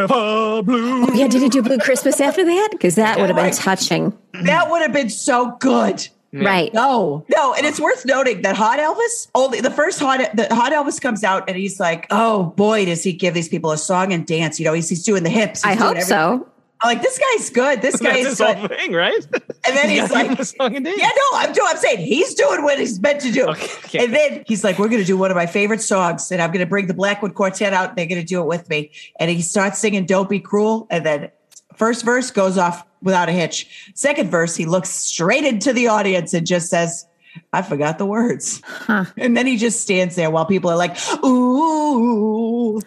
S4: blue.
S3: Yeah, did he do Blue Christmas after that? Because that would have been
S2: Right.
S3: touching,
S2: That would have been so good.
S3: right?
S2: No, no, and it's worth noting that Hot Elvis only the first Hot the Hot Elvis comes out and he's like, oh boy, does he give these people a song and dance? You know, he's, he's doing the hips. he's
S3: I
S2: doing
S3: hope
S2: everything.
S3: so.
S2: I'm like this guy's good. This guy
S4: That's
S2: is
S4: his
S2: good.
S4: whole thing, right?
S2: And then he's like, Yeah, no, I'm doing. I'm saying he's doing what he's meant to do.
S4: Okay, okay.
S2: And then he's like, "We're going to do one of my favorite songs, and I'm going to bring the Blackwood Quartet out. They're going to do it with me." And he starts singing "Don't Be Cruel," and then first verse goes off without a hitch. Second verse, he looks straight into the audience and just says. I forgot the words. And then he just stands there while people are like, ooh.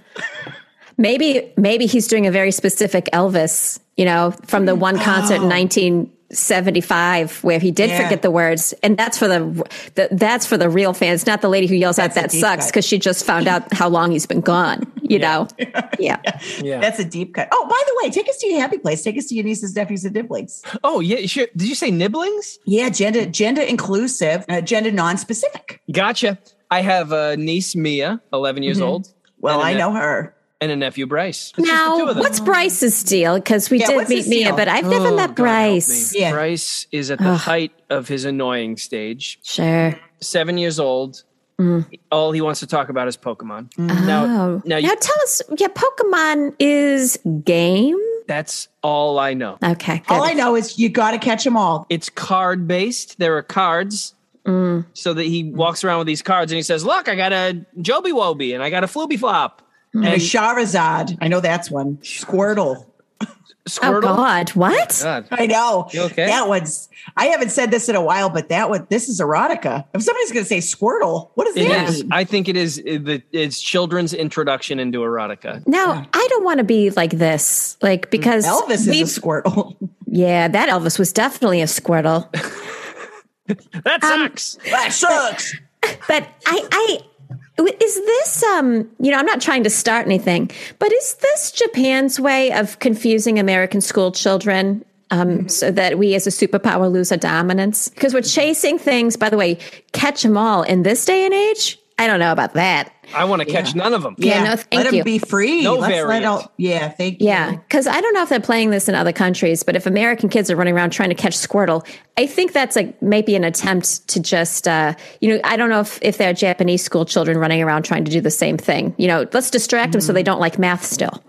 S3: Maybe, maybe he's doing a very specific Elvis, you know, from the one concert in 1975 where he did
S2: Oh. Yeah.
S3: forget the words, and that's for the, the that's for the real fans, not the lady who yells out
S2: That's a
S3: "That
S2: deep
S3: sucks"
S2: cut.
S3: because she just found out how long he's been gone.
S2: [laughs]
S3: You know, yeah.
S4: Yeah.
S2: That's a deep cut. Oh, by the way, take us to your happy place. Take us to your nieces, nephews, and siblings.
S4: oh, yeah. Sure. Did you say nibblings?
S2: Yeah, gender gender inclusive, uh, gender non-specific.
S4: Gotcha. I have a niece, Mia, 11 years old.
S2: Well,
S4: and a
S2: I
S4: nep-
S2: know her.
S4: And a nephew, Bryce. It's just the
S3: Now,
S4: two of them.
S3: what's Bryce's deal? Because we
S2: Yeah,
S3: did
S2: what's
S3: meet
S2: his
S3: Mia,
S2: deal?
S3: but I've never
S4: Oh,
S3: met
S4: God help me.
S3: Bryce.
S2: Yeah.
S4: Bryce is at the height of his annoying stage.
S3: Sure.
S4: Seven years old. All he wants to talk about is Pokemon.
S3: Mm. oh.
S4: Now, now, you,
S3: now tell us. Yeah, Pokemon is game.
S4: that's all I know.
S3: Okay. Good.
S2: All I know is you got to catch them all.
S4: it's card based. There are cards.
S3: Mm.
S4: So that he walks around with these cards and he says, Look, I got a Joby Woby
S3: Mm.
S4: and I got a Flooby Flop.
S2: And Charizard, I know that's one. Squirtle.
S4: Squirtle.
S3: Oh God, what?
S4: God.
S2: I know.
S4: You okay?
S2: That one's. I haven't said this in a while, but that one. This is erotica. If somebody's going to say Squirtle, what does
S4: It
S2: that
S4: is-
S2: mean?
S4: I think it is it- the it's children's introduction into erotica.
S3: Now I don't want to be like this, like because
S2: Elvis
S3: we-
S2: is a
S3: [laughs]
S2: Squirtle.
S3: yeah, that Elvis was definitely a Squirtle.
S4: That
S3: Um,
S4: sucks.
S2: that sucks.
S3: But I, I is this um you know I'm not trying to start anything, but is this Japan's way of confusing American school children? Um, so that we as a superpower lose our dominance because we're chasing things. By the way, catch them all in this day and age. I don't know about that.
S4: I want to catch none of them.
S3: Yeah, no, thank
S2: let
S3: you.
S2: them be free.
S4: No
S2: Let's let
S4: variant.
S2: out- yeah, thank
S3: Yeah,
S2: you.
S3: because I don't know if they're playing this in other countries, but if American kids are running around trying to catch Squirtle, I think that's like maybe an attempt to just, uh, you know, I don't know if, if there are Japanese school children running around trying to do the same thing. You know, let's distract them so they don't like math still.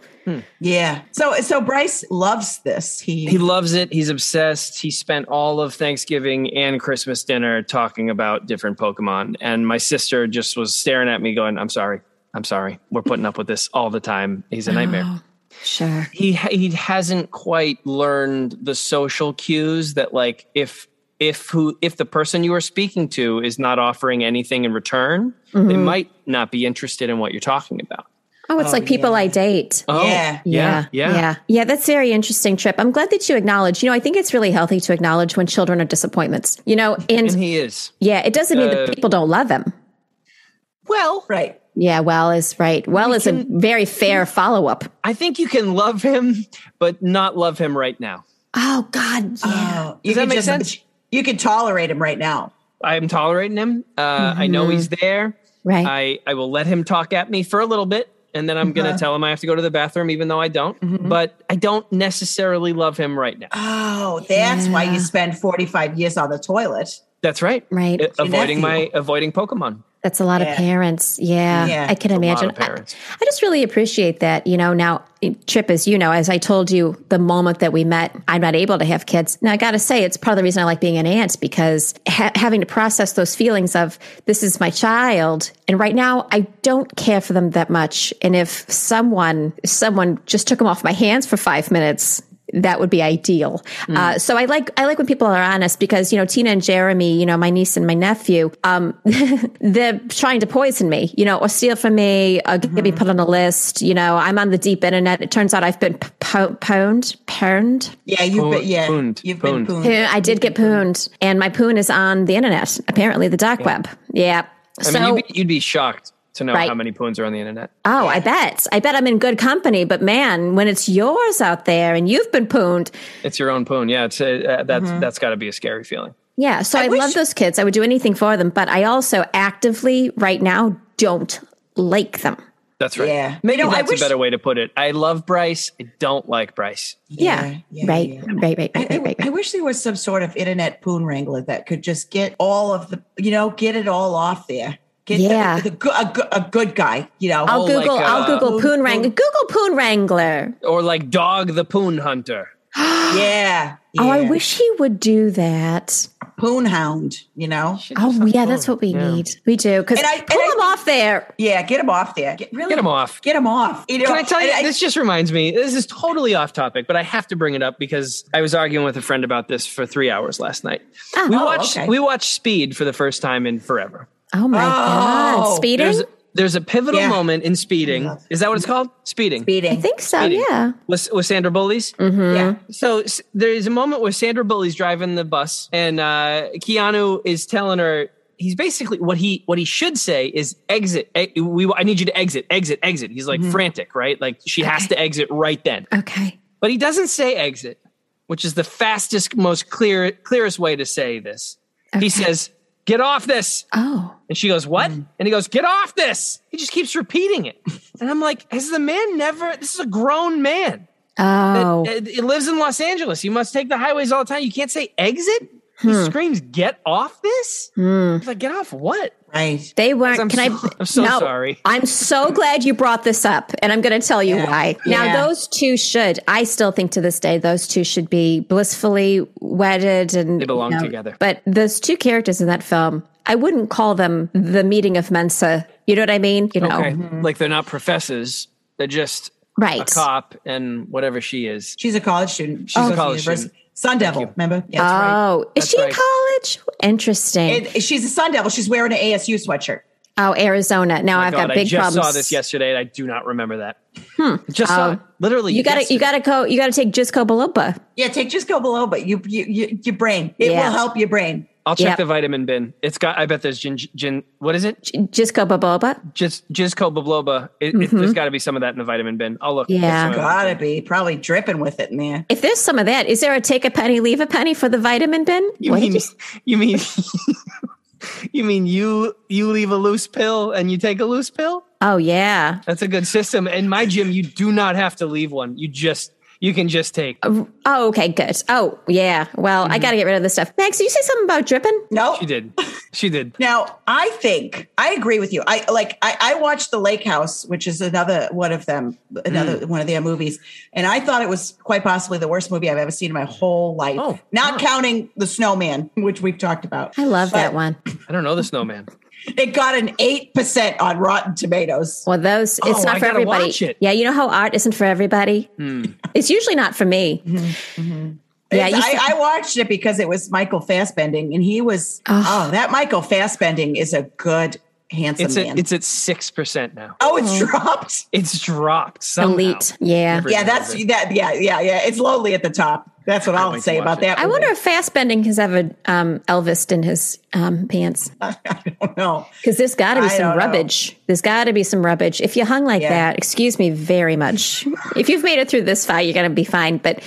S2: Yeah. So so Bryce loves this. He,
S4: He loves it. He's obsessed. He spent all of Thanksgiving and Christmas dinner talking about different Pokemon. And my sister just was staring at me, going, I'm sorry. I'm sorry. We're putting up with this all the time. He's a nightmare.
S3: Oh. Sure.
S4: he he hasn't quite learned the social cues that like if if who if the person you are speaking to is not offering anything in return, they
S3: Mm-hmm.
S4: might not be interested in what you're talking about.
S3: Oh, it's like people I date.
S4: Oh,
S2: Yeah.
S3: Yeah, yeah, yeah, That's very interesting, Trip. I'm glad that you acknowledge. You know, I think it's really healthy to acknowledge when children are disappointments. You [laughs] know, and, Uh,
S4: And he is.
S3: yeah, it doesn't mean that people don't love them.
S4: Well,
S2: right.
S3: Yeah, well is right. Well is a very fair follow up.
S4: I think you can love him, but not love him right now.
S3: Oh God, yeah.
S2: Oh, you
S4: that
S2: can
S4: make
S2: just-
S4: sense?
S2: You can tolerate him right now.
S4: I'm tolerating him. Uh, I
S2: Mm-hmm.
S4: know he's there.
S3: Right.
S4: I, I will let him talk at me for a little bit, and then I'm
S2: Uh-huh.
S4: going to tell him I have to go to the bathroom, even though I don't.
S2: Mm-hmm.
S4: But I don't necessarily love him right now.
S2: Oh, that's why you spend 45 years on the toilet.
S4: That's right.
S3: Right.
S4: Uh,
S3: Your
S4: avoiding
S2: nephew.
S4: my avoiding Pokemon.
S3: That's a lot
S2: Yeah.
S3: of parents. Yeah,
S2: Yeah,
S3: I can
S4: lot
S3: imagine.
S4: of parents.
S3: I, I just really appreciate that. You know, now Trip, as you know, as I told you, the moment that we met, I'm not able to have kids. Now I got to say, it's part of the reason I like being an aunt because ha- having to process those feelings of this is my child, and right now I don't care for them that much. And if someone, if someone just took them off my hands for five minutes, that would be ideal. Uh, so I like I like when people are honest because you know Tina and Jeremy, you know my niece and my nephew, um, they're trying to poison me, you know, or steal from me, or get me put on a list. You know, I'm on the deep internet. It turns out I've been p- po- pwned, pwned.
S2: Yeah, you've
S4: Pwn-
S2: been yeah,
S4: pooned,
S2: you've
S4: pooned.
S2: been pooned.
S3: Poon- I did get pooned, and my poon is on the internet. Apparently, the dark web. Yeah.
S4: I
S3: so
S4: mean, you'd be, you'd be shocked to know
S3: Right.
S4: how many poons are on the internet.
S3: Oh, I bet. I bet I'm in good company. But man, when it's yours out there and you've been pooned,
S4: It's your own poon. Yeah, it's a, uh, that's
S2: Mm-hmm.
S4: that's got to be a scary feeling.
S3: Yeah, so I,
S2: wish-
S3: love those kids. I would do anything for them, but I also actively right now don't like them.
S4: That's right.
S2: Yeah.
S4: maybe
S2: You know, I
S4: that's
S2: wish-
S4: a better way to put it. I love Bryce. I don't like Bryce.
S3: Yeah,
S2: Yeah, yeah,
S3: right,
S2: yeah.
S3: right, right,
S2: I,
S3: right, right,
S2: I,
S3: right,
S2: I
S3: right.
S2: wish there was some sort of internet poon wrangler that could just get all of the, you know, get it all off there. Get the-
S3: Yeah.
S2: the, good- a, good- a good guy, you know.
S3: I'll
S4: Oh,
S3: Google.
S4: like,
S3: I'll
S4: uh,
S3: Google poon wrangler. Google poon wrangler.
S4: Or like Dog the Poon Hunter.
S2: yeah, yeah.
S3: [gasps] Oh, I wish he would do that.
S2: poon hound, you know.
S3: Oh, yeah, that's what we need. We do because
S2: And I-
S3: pull
S2: and I-
S3: him off there.
S2: Yeah, get him off there. Get, really,
S4: Get him off.
S2: Get him off. You know,
S4: Can I tell you?
S2: and
S4: this just reminds me. This is totally off topic, but I have to bring it up because I was arguing with a friend about this for three hours last night. we
S3: Oh,
S4: watched
S2: okay.
S4: we watched Speed for the first time in forever.
S3: Oh my
S2: Oh,
S3: god, speeding.
S4: There's there's a pivotal
S2: Yeah.
S4: moment in Speeding. Is that what it's called? Speeding.
S3: I
S2: beating.
S3: think so.
S4: Speeding.
S3: Yeah.
S4: With, with Sandra Bullies.
S2: Yeah.
S4: So s- there is a moment where Sandra Bully's driving the bus, and uh, Keanu is telling her he's basically what he what he should say is exit. E- we I need you to exit, exit, exit. He's like frantic, right? Like she has to exit right then.
S3: Okay.
S4: But he doesn't say exit, which is the fastest, most clear clearest way to say this. He says, "Get off this."
S3: Oh.
S4: And she goes, What? And he goes, Get off this. He just keeps repeating it. And I'm like, Has the man never? This is a grown man.
S3: Oh.
S4: It, it lives in Los Angeles. You must take the highways all the time. You can't say exit. He
S3: Hmm.
S4: screams, Get off this. It's like, Get off what?
S2: Right.
S3: They weren't.
S4: I'm
S3: can
S4: so- [laughs]
S3: I?
S4: I'm so sorry.
S3: I'm so glad you brought this up, and I'm going to tell you why. Now,
S2: Yeah.
S3: those two should. I still think to this day those two should be blissfully wedded, and
S4: They belong together.
S3: But those two characters in that film, I wouldn't call them the meeting of Mensa. You know what I mean? You know,
S4: Like, they're not professors. They're just a
S3: Right.
S4: cop, and whatever she is.
S2: She's a college student. She's
S4: a
S2: goes to
S4: college
S2: university.
S4: student.
S2: Sun Devil,
S4: you.
S2: remember? Yeah, that's right.
S3: Oh,
S4: That's
S3: is she in
S4: right.
S3: college? Interesting.
S2: It, she's a Sun Devil. She's wearing an ASU sweatshirt.
S3: oh, Arizona. Now I've
S4: God,
S3: got big
S4: I just
S3: problems.
S4: saw this yesterday, and I do not remember that. Just saw
S3: Oh.
S4: it. literally.
S3: You gotta, e- you
S4: yesterday.
S3: gotta go. You gotta take Jisco Balupa.
S2: Yeah, take just go below, but you, you, you your brain. It
S3: Yeah.
S2: will help your brain.
S4: I'll check
S3: Yep.
S4: the vitamin bin. It's got. I bet there's gin. gin what is it?
S3: Jisco Baboba.
S4: Just Jizco Babloba. It, it, there's got to be some of that in the vitamin bin. I'll look.
S3: Mm-hmm. Yeah.
S4: That's what I'm-
S2: Gotta be probably dripping with it in there.
S3: If there's some of that, is there a take a penny, leave a penny for the vitamin bin?
S4: You
S3: What did
S4: mean,
S3: you
S4: [laughs] you,
S3: s-
S4: mean you mean you you leave a loose pill and you take a loose pill?
S3: oh yeah.
S4: That's a good system. In my gym, you do not have to leave one. You just you can just take.
S3: Oh, okay, good. Oh, yeah. Well,
S4: Mm-hmm.
S3: I gotta get rid of this stuff. Max, did you say something about dripping?
S2: No,
S4: She did. She did.
S2: Now, I think I agree with you. I like I, I watched The Lake House, which is another one of them, another
S3: Mm.
S2: one of their movies, and I thought it was quite possibly the worst movie I've ever seen in my whole life.
S4: Oh,
S2: not
S4: wow.
S2: counting The Snowman, which we've talked about.
S3: I love that
S2: But
S3: one.
S4: I don't know
S3: [laughs]
S4: the snowman.
S2: It got an eight percent on Rotten Tomatoes.
S3: Well, those it's
S4: Oh,
S3: not
S4: I
S3: for
S4: gotta
S3: everybody.
S4: watch it. Hmm.
S3: Yeah, you know how art isn't for everybody. It's usually not for me.
S4: Mm-hmm.
S3: Yeah,
S2: It's-
S3: you should-
S2: I, I watched it because it was Michael Fassbending, and he was
S3: Ugh.
S2: oh, that Michael Fassbending is a good handsome
S4: It's
S2: man.
S4: at it's at six percent now.
S2: oh, it's dropped.
S4: It's dropped. Somehow.
S3: Elite. Yeah.
S4: Never
S2: Yeah,
S4: heard
S2: that's
S4: of it.
S2: that. Yeah, yeah, yeah. It's lonely at the top. That's what I'll
S4: wait to
S2: say
S4: watch
S2: about
S4: it.
S2: that.
S3: I
S2: movie.
S3: wonder if Fastbending has ever um, Elvis in his um, pants
S2: [laughs] I don't know.
S3: because there's got to
S2: I
S3: be some
S2: don't know.
S3: rubbish. There's got to be some rubbish. If you hung like
S2: Yeah.
S3: that, excuse me very much. if you've made it through this far, you're gonna be fine. But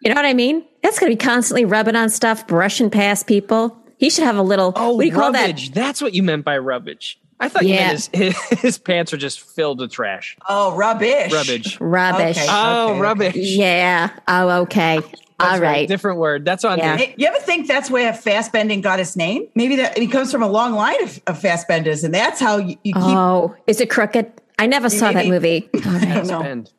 S3: you know what I mean? That's gonna be constantly rubbing on stuff, brushing past people. He should have a little.
S4: Oh,
S3: what do you call that?
S4: rubbage. That's what you meant by rubbage. I thought you meant his, his his pants are just filled with trash.
S2: Oh, rubbish.
S3: [laughs]
S4: Rubbage.
S3: Rubbish.
S2: Okay.
S4: Oh,
S2: okay.
S4: rubbish.
S3: Yeah. Oh, okay.
S4: That's
S3: All
S4: right.
S3: right.
S4: Different word. That's on
S3: Yeah.
S4: me.
S2: Hey, You ever think that's where Fassbending got his name? Maybe that it comes from a long line of, of Fassbenders, and that's how you, you keep.
S3: Oh, is it crooked? I never saw that movie. All
S2: [laughs] I
S3: right.
S2: don't know.
S4: Spend.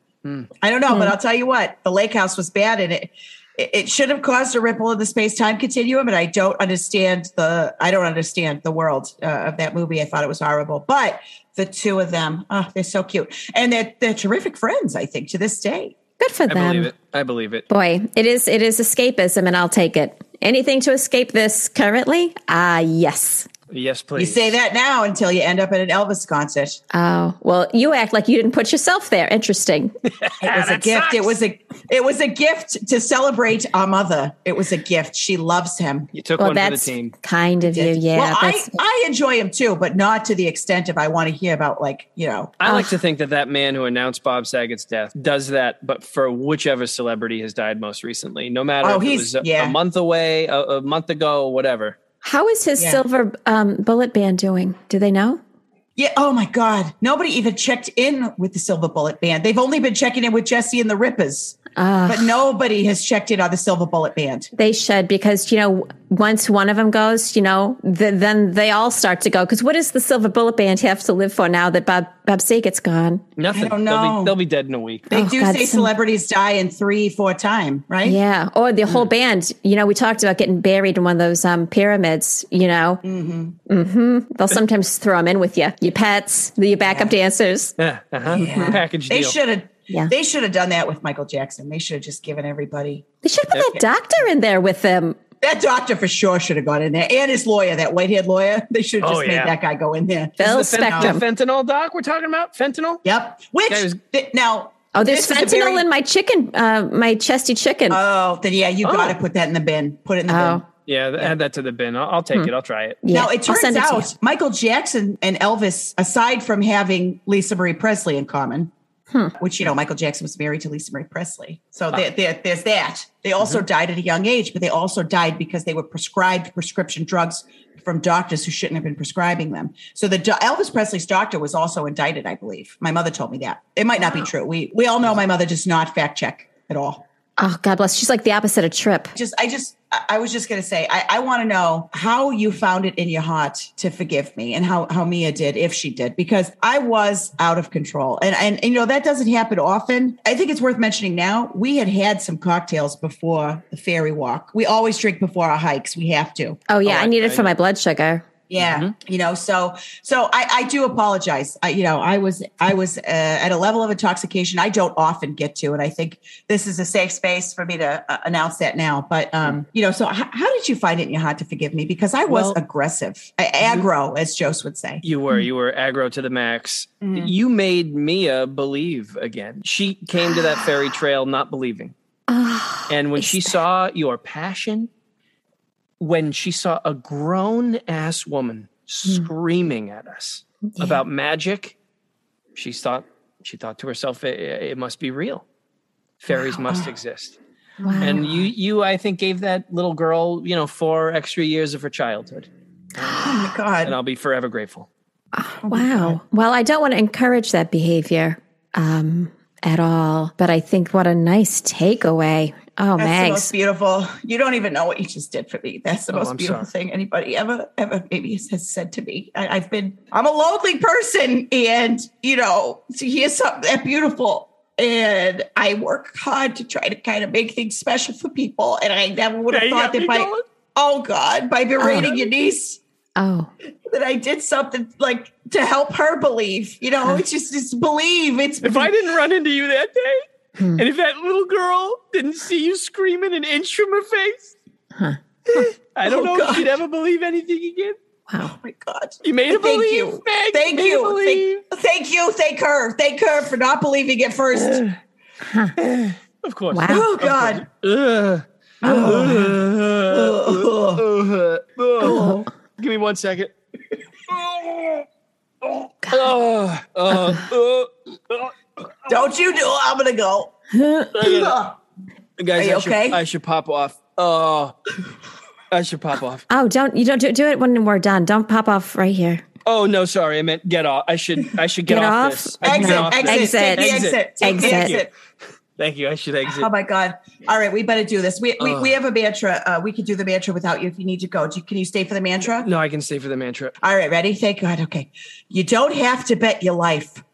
S2: I don't know, but
S3: Hmm.
S2: I'll tell you what: the Lake House was bad, and it it it should have caused a ripple in the space time continuum. And I don't understand the I don't understand the world uh, of that movie. I thought it was horrible, but the two of them, oh, they're so cute, and they're they're terrific friends. I think to this day.
S3: Good for
S4: I
S3: them.
S4: believe it. I believe it.
S3: Boy, it is it is escapism and I'll take it. Anything to escape this currently? Ah, yes.
S4: Yes, please.
S2: You say that now until you end up at an Elvis concert.
S3: Oh, well, you act like you didn't put yourself there.
S4: [laughs]
S3: Interesting.
S2: It was a gift. It was a it was a gift to celebrate our mother. It was a gift. She loves him.
S4: You took
S3: Well,
S4: one for the
S3: that's
S4: team.
S3: kind of you. Yeah.
S2: well, I,
S3: that's-
S2: I enjoy him too, but not to the extent of I want to hear about like you know.
S4: I like to think that that man who announced Bob Saget's death does that, but for whichever celebrity has died most recently, no matter
S2: Oh,
S4: if it
S2: he's-
S4: was a,
S2: yeah.
S4: a month away, a, a month ago, whatever.
S3: how is his
S2: Yeah.
S3: silver um, bullet band doing? Do they know?
S2: Yeah. Oh my God. Nobody even checked in with the Silver Bullet Band. They've only been checking in with Jesse and the Rippers, but nobody has checked in on the Silver Bullet Band.
S3: They should because you know once one of them goes, you know, th- then they all start to go. Because what does the silver bullet band have to live for now that Bob Bob Saget's gone?
S4: Nothing.
S2: I don't
S4: They'll,
S2: know.
S4: be, they'll be dead in a week.
S2: They
S3: Oh,
S2: do
S3: God,
S2: say
S3: some-
S2: celebrities die in three, four time, right? Mm-hmm.
S3: Yeah, or the whole band. You know, we talked about getting buried in one of those um, pyramids. You know, mm-hmm. they'll sometimes throw them in with you, your pets, the, your backup dancers.
S4: [laughs] Yeah, uh-huh.
S2: Yeah.
S4: [laughs] Package
S2: They
S4: deal.
S2: should have.
S3: Yeah.
S2: They should have done that with Michael Jackson. They should have just given everybody
S3: They should put that doctor in there with them.
S2: that doctor for sure should have gone in there, and his lawyer, that white-haired lawyer. [laughs] They should have
S4: Oh,
S2: just
S4: yeah.
S2: made that guy go in there.
S3: Bill
S4: the, fent-
S3: Spectrum.
S4: the fentanyl doc we're talking about? Fentanyl?
S2: Yep. Which
S4: Guy was-
S2: th- now?
S3: Oh, there's
S2: this
S3: fentanyl
S2: is a very-
S3: in my chicken, uh, my chesty chicken.
S2: Oh, then yeah, you
S4: Oh.
S2: got to put that in the bin. Put it in the
S3: Oh.
S2: bin.
S4: Yeah, th- add that to the bin. I'll, I'll take
S3: Hmm.
S4: it. I'll try it.
S3: yeah,
S2: Now it
S3: I'll
S2: turns
S3: send it to you.
S2: out Michael Jackson and Elvis, aside from having Lisa Marie Presley in common,
S3: Hmm.
S2: which you know Michael Jackson was married to Lisa Marie Presley, so there, there- there's that. They also
S3: Mm-hmm.
S2: died at a young age, but they also died because they were prescribed prescription drugs from doctors who shouldn't have been prescribing them. So the do- Elvis Presley's doctor was also indicted, I believe. My mother told me that. It might not be true. We we all know my mother does not fact check at all.
S3: Oh, God bless. She's like the opposite of Trip.
S2: just i just i I was just going to say i, I want to know how you found it in your heart to forgive me and how how mia did if she did because i was out of control and and, and you know that doesn't happen often i think it's worth mentioning now we had had some cocktails before the fairy walk we always drink before our hikes we have to
S3: Oh yeah,
S4: Oh,
S3: I,
S4: I-
S3: need it
S4: I
S3: for
S4: know.
S3: my blood sugar.
S2: Yeah, you know, so so I, I do apologize. I, you know, I was I was uh, at a level of intoxication I don't often get to, and I think this is a safe space for me to uh, announce that now. But um, you know, so h- how did you find it in your heart to forgive me? Because I was
S4: Well-
S2: aggressive, a- aggro, as Jose would say.
S4: You
S3: Hmm.
S4: were, you were aggro to the max.
S2: Mm-hmm.
S4: You made Mia believe again. She came to that fairy trail not believing.
S2: Oh,
S3: Ah,
S4: And when she saw your passion, when she saw a grown ass woman screaming at us about magic, she thought she thought to herself, "It, it must be real. Fairies must exist."
S3: wow.
S4: And you, you, I think, gave that little girl, you know, four extra years of her childhood,
S2: Oh my God.
S4: and I'll be forever grateful.
S3: Wow. Well, I don't want to encourage that behavior um, at all, but I think what a nice takeaway. Oh,
S2: That's the most
S3: Mags.
S2: beautiful. You don't even know what you just did for me. That's the most
S4: Oh, I'm
S2: beautiful
S4: sorry.
S2: thing anybody ever, ever maybe has said to me. I, I've been, I'm a lonely person, and you know, to hear something that beautiful, and I work hard to try to kind of make things special for people, and I never would have
S4: Yeah, you
S2: thought
S4: got
S2: that
S4: me
S2: by,
S4: going. Uh-huh.
S2: oh God, by berating your niece
S3: Oh,
S2: that I did something like to help her believe. You know, it's just, just believe. It's
S4: Uh-huh. If I didn't run into you that day,
S2: Hmm.
S4: and if that little girl didn't see you screaming an inch from her face, eh, I don't
S2: Oh,
S4: know
S2: God.
S4: if she'd ever believe anything again.
S3: wow.
S2: Oh my God.
S4: You made a
S2: Thank
S4: believe.
S2: you.
S4: Meg.
S2: Thank
S4: made a
S2: you.
S4: believe.
S2: Thank, thank you. Thank her. Thank her for not believing it
S3: [sighs]
S2: first.
S4: Of course. Uh,
S3: Wow.
S2: Oh God.
S4: Ugh. Ugh.
S2: Oh.
S4: Ugh. Ugh. uh, Give me one second. Ugh. Ugh.
S2: [laughs]
S4: Ugh. Ugh.
S2: Don't you do I'm gonna
S3: [laughs]
S2: go. Ugh.
S4: Guys,
S2: Are you
S4: I should-
S2: okay?
S4: I should pop off. Oh, I should pop off.
S3: Oh, don't you don't do, do it when we're done. Don't pop off right here.
S4: Oh no, sorry, I meant get off. I should I should get,
S3: Get off?
S4: off, this. I should
S2: Exit,
S4: get off
S2: exit,
S4: this.
S2: Take
S3: Exit.
S2: the exit.
S4: Exit.
S2: Take the
S3: Exit.
S2: exit.
S4: Thank you. I should exit.
S2: Oh my God. All right, we better do this. We we,
S4: Ugh.
S2: we have a mantra. Uh, we could do the mantra without you if you need to go. Do you, can you stay for the mantra?
S4: No, I can stay for the mantra.
S2: All right, ready? Thank God. Okay. You don't have to bet your life.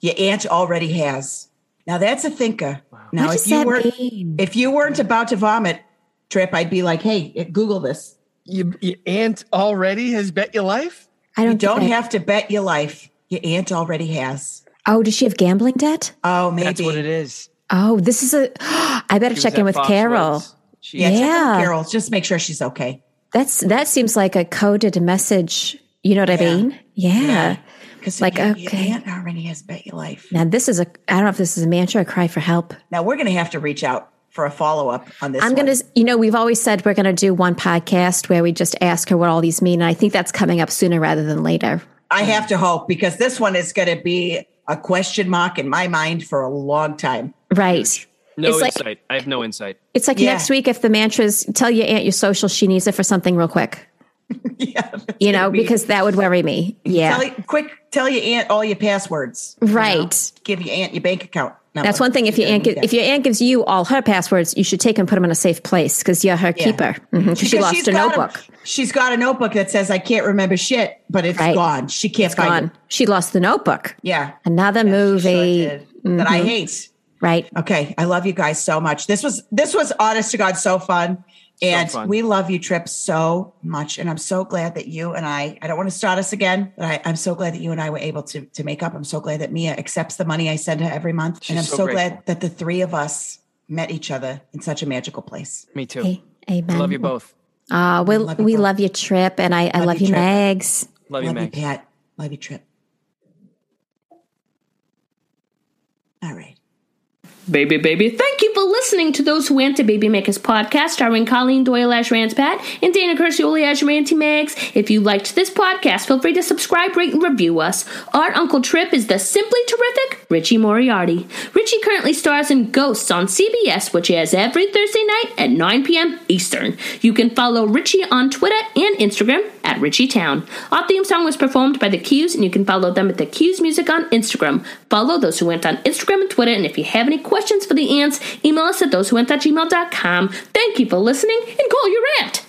S2: Your aunt already has. Now that's a thinker. Now
S3: what
S2: if
S3: does
S2: you
S3: that
S2: were
S3: mean?
S2: if you weren't about to vomit, Trip, I'd be like, hey, Google this.
S4: You, your aunt already has bet your life.
S3: I don't.
S2: You don't
S3: think I-
S2: have to bet your life. Your aunt already has.
S3: oh, does she have gambling debt?
S2: Oh, maybe.
S4: That's what it is.
S3: Oh, this is a. [gasps] I better
S4: She was
S3: check in
S4: at
S3: with
S4: Fox
S3: Carol.
S4: Woods. She,
S2: Yeah, check out
S3: Yeah.
S2: Carol. Just make sure she's okay.
S3: That's that seems like a coded message. You know what
S2: Yeah.
S3: I mean? Yeah.
S2: Because
S3: Like,
S2: your,
S3: okay.
S2: your aunt already has bet your life.
S3: Now this is a. I don't know if this is a mantra or cry for help.
S2: Now we're going to have to reach out for a follow up on this.
S3: I'm
S2: one.
S3: gonna. You know, we've always said we're gonna do one podcast where we just ask her what all these mean. And I think that's coming up sooner rather than later.
S2: I have to hope because this one is going to be a question mark in my mind for a long time.
S3: Right.
S4: no
S3: it's like-
S4: insight. I have no insight.
S3: It's like
S2: Yeah.
S3: next week if the mantras tell your aunt you're social, she needs it for something real quick.
S2: [laughs] yeah.
S3: You know, because that would worry me. Yeah.
S2: Tell, quick, tell your aunt all your passwords. you know?
S3: Right.
S2: Give your aunt your bank account. number.
S3: That's one thing. If your aunt gi- if your aunt gives you all her passwords, you should take and put them in a safe place because you're her keeper. Mhm, 'cause she
S2: Because
S3: lost
S2: she's
S3: her
S2: got a-
S3: notebook.
S2: she's got a notebook that says I can't remember shit, but it's
S3: Right.
S2: gone. She can't find
S3: Gone.
S2: it.
S3: She lost the notebook.
S2: Yeah.
S3: Another
S2: She sure
S3: movie. Mm-hmm.
S2: did. That I hate.
S3: Right.
S2: Okay. I love you guys so much. This was this was honest to God so fun. And
S4: fun.
S2: we love you, Trip, so much. And I'm so glad that you and I, I don't want to start us again, but I, I'm so glad that you and I were able to, to make up. I'm so glad that Mia accepts the money I send her every month. and I'm
S4: so
S2: so, glad that the three of us met each other in such a magical place.
S4: Me too.
S3: A- Amen.
S4: I love you both.
S3: Uh, we
S2: Love you
S3: we
S2: both.
S3: love your trip, and I, I love,
S2: you,
S3: you,
S2: Trip.
S3: Megs.
S4: Love, you,
S2: Love you,
S4: Meg.
S2: Pat. Love you, Trip. All right.
S5: Baby, baby,
S1: Thank you for listening to Those Who Anti Baby Makers podcast, starring Colleen Doyle as Ranspat and Dana Curcioli as Ranty Mags. If you liked this podcast, feel free to subscribe, rate, and review us. Our Uncle Trip is the simply terrific Richie Moriarty. Richie currently stars in Ghosts on CBS, which airs every Thursday night at 9 p.m. Eastern. You can follow Richie on Twitter and Instagram at RichieTown. Our theme song was performed by The Q's, and you can follow them at The Q's Music on Instagram. Follow Those Who Went on Instagram and Twitter, and if you have any questions for the ants, email us at thosewhowent at gmail.com. Thank you for listening, and call your aunt.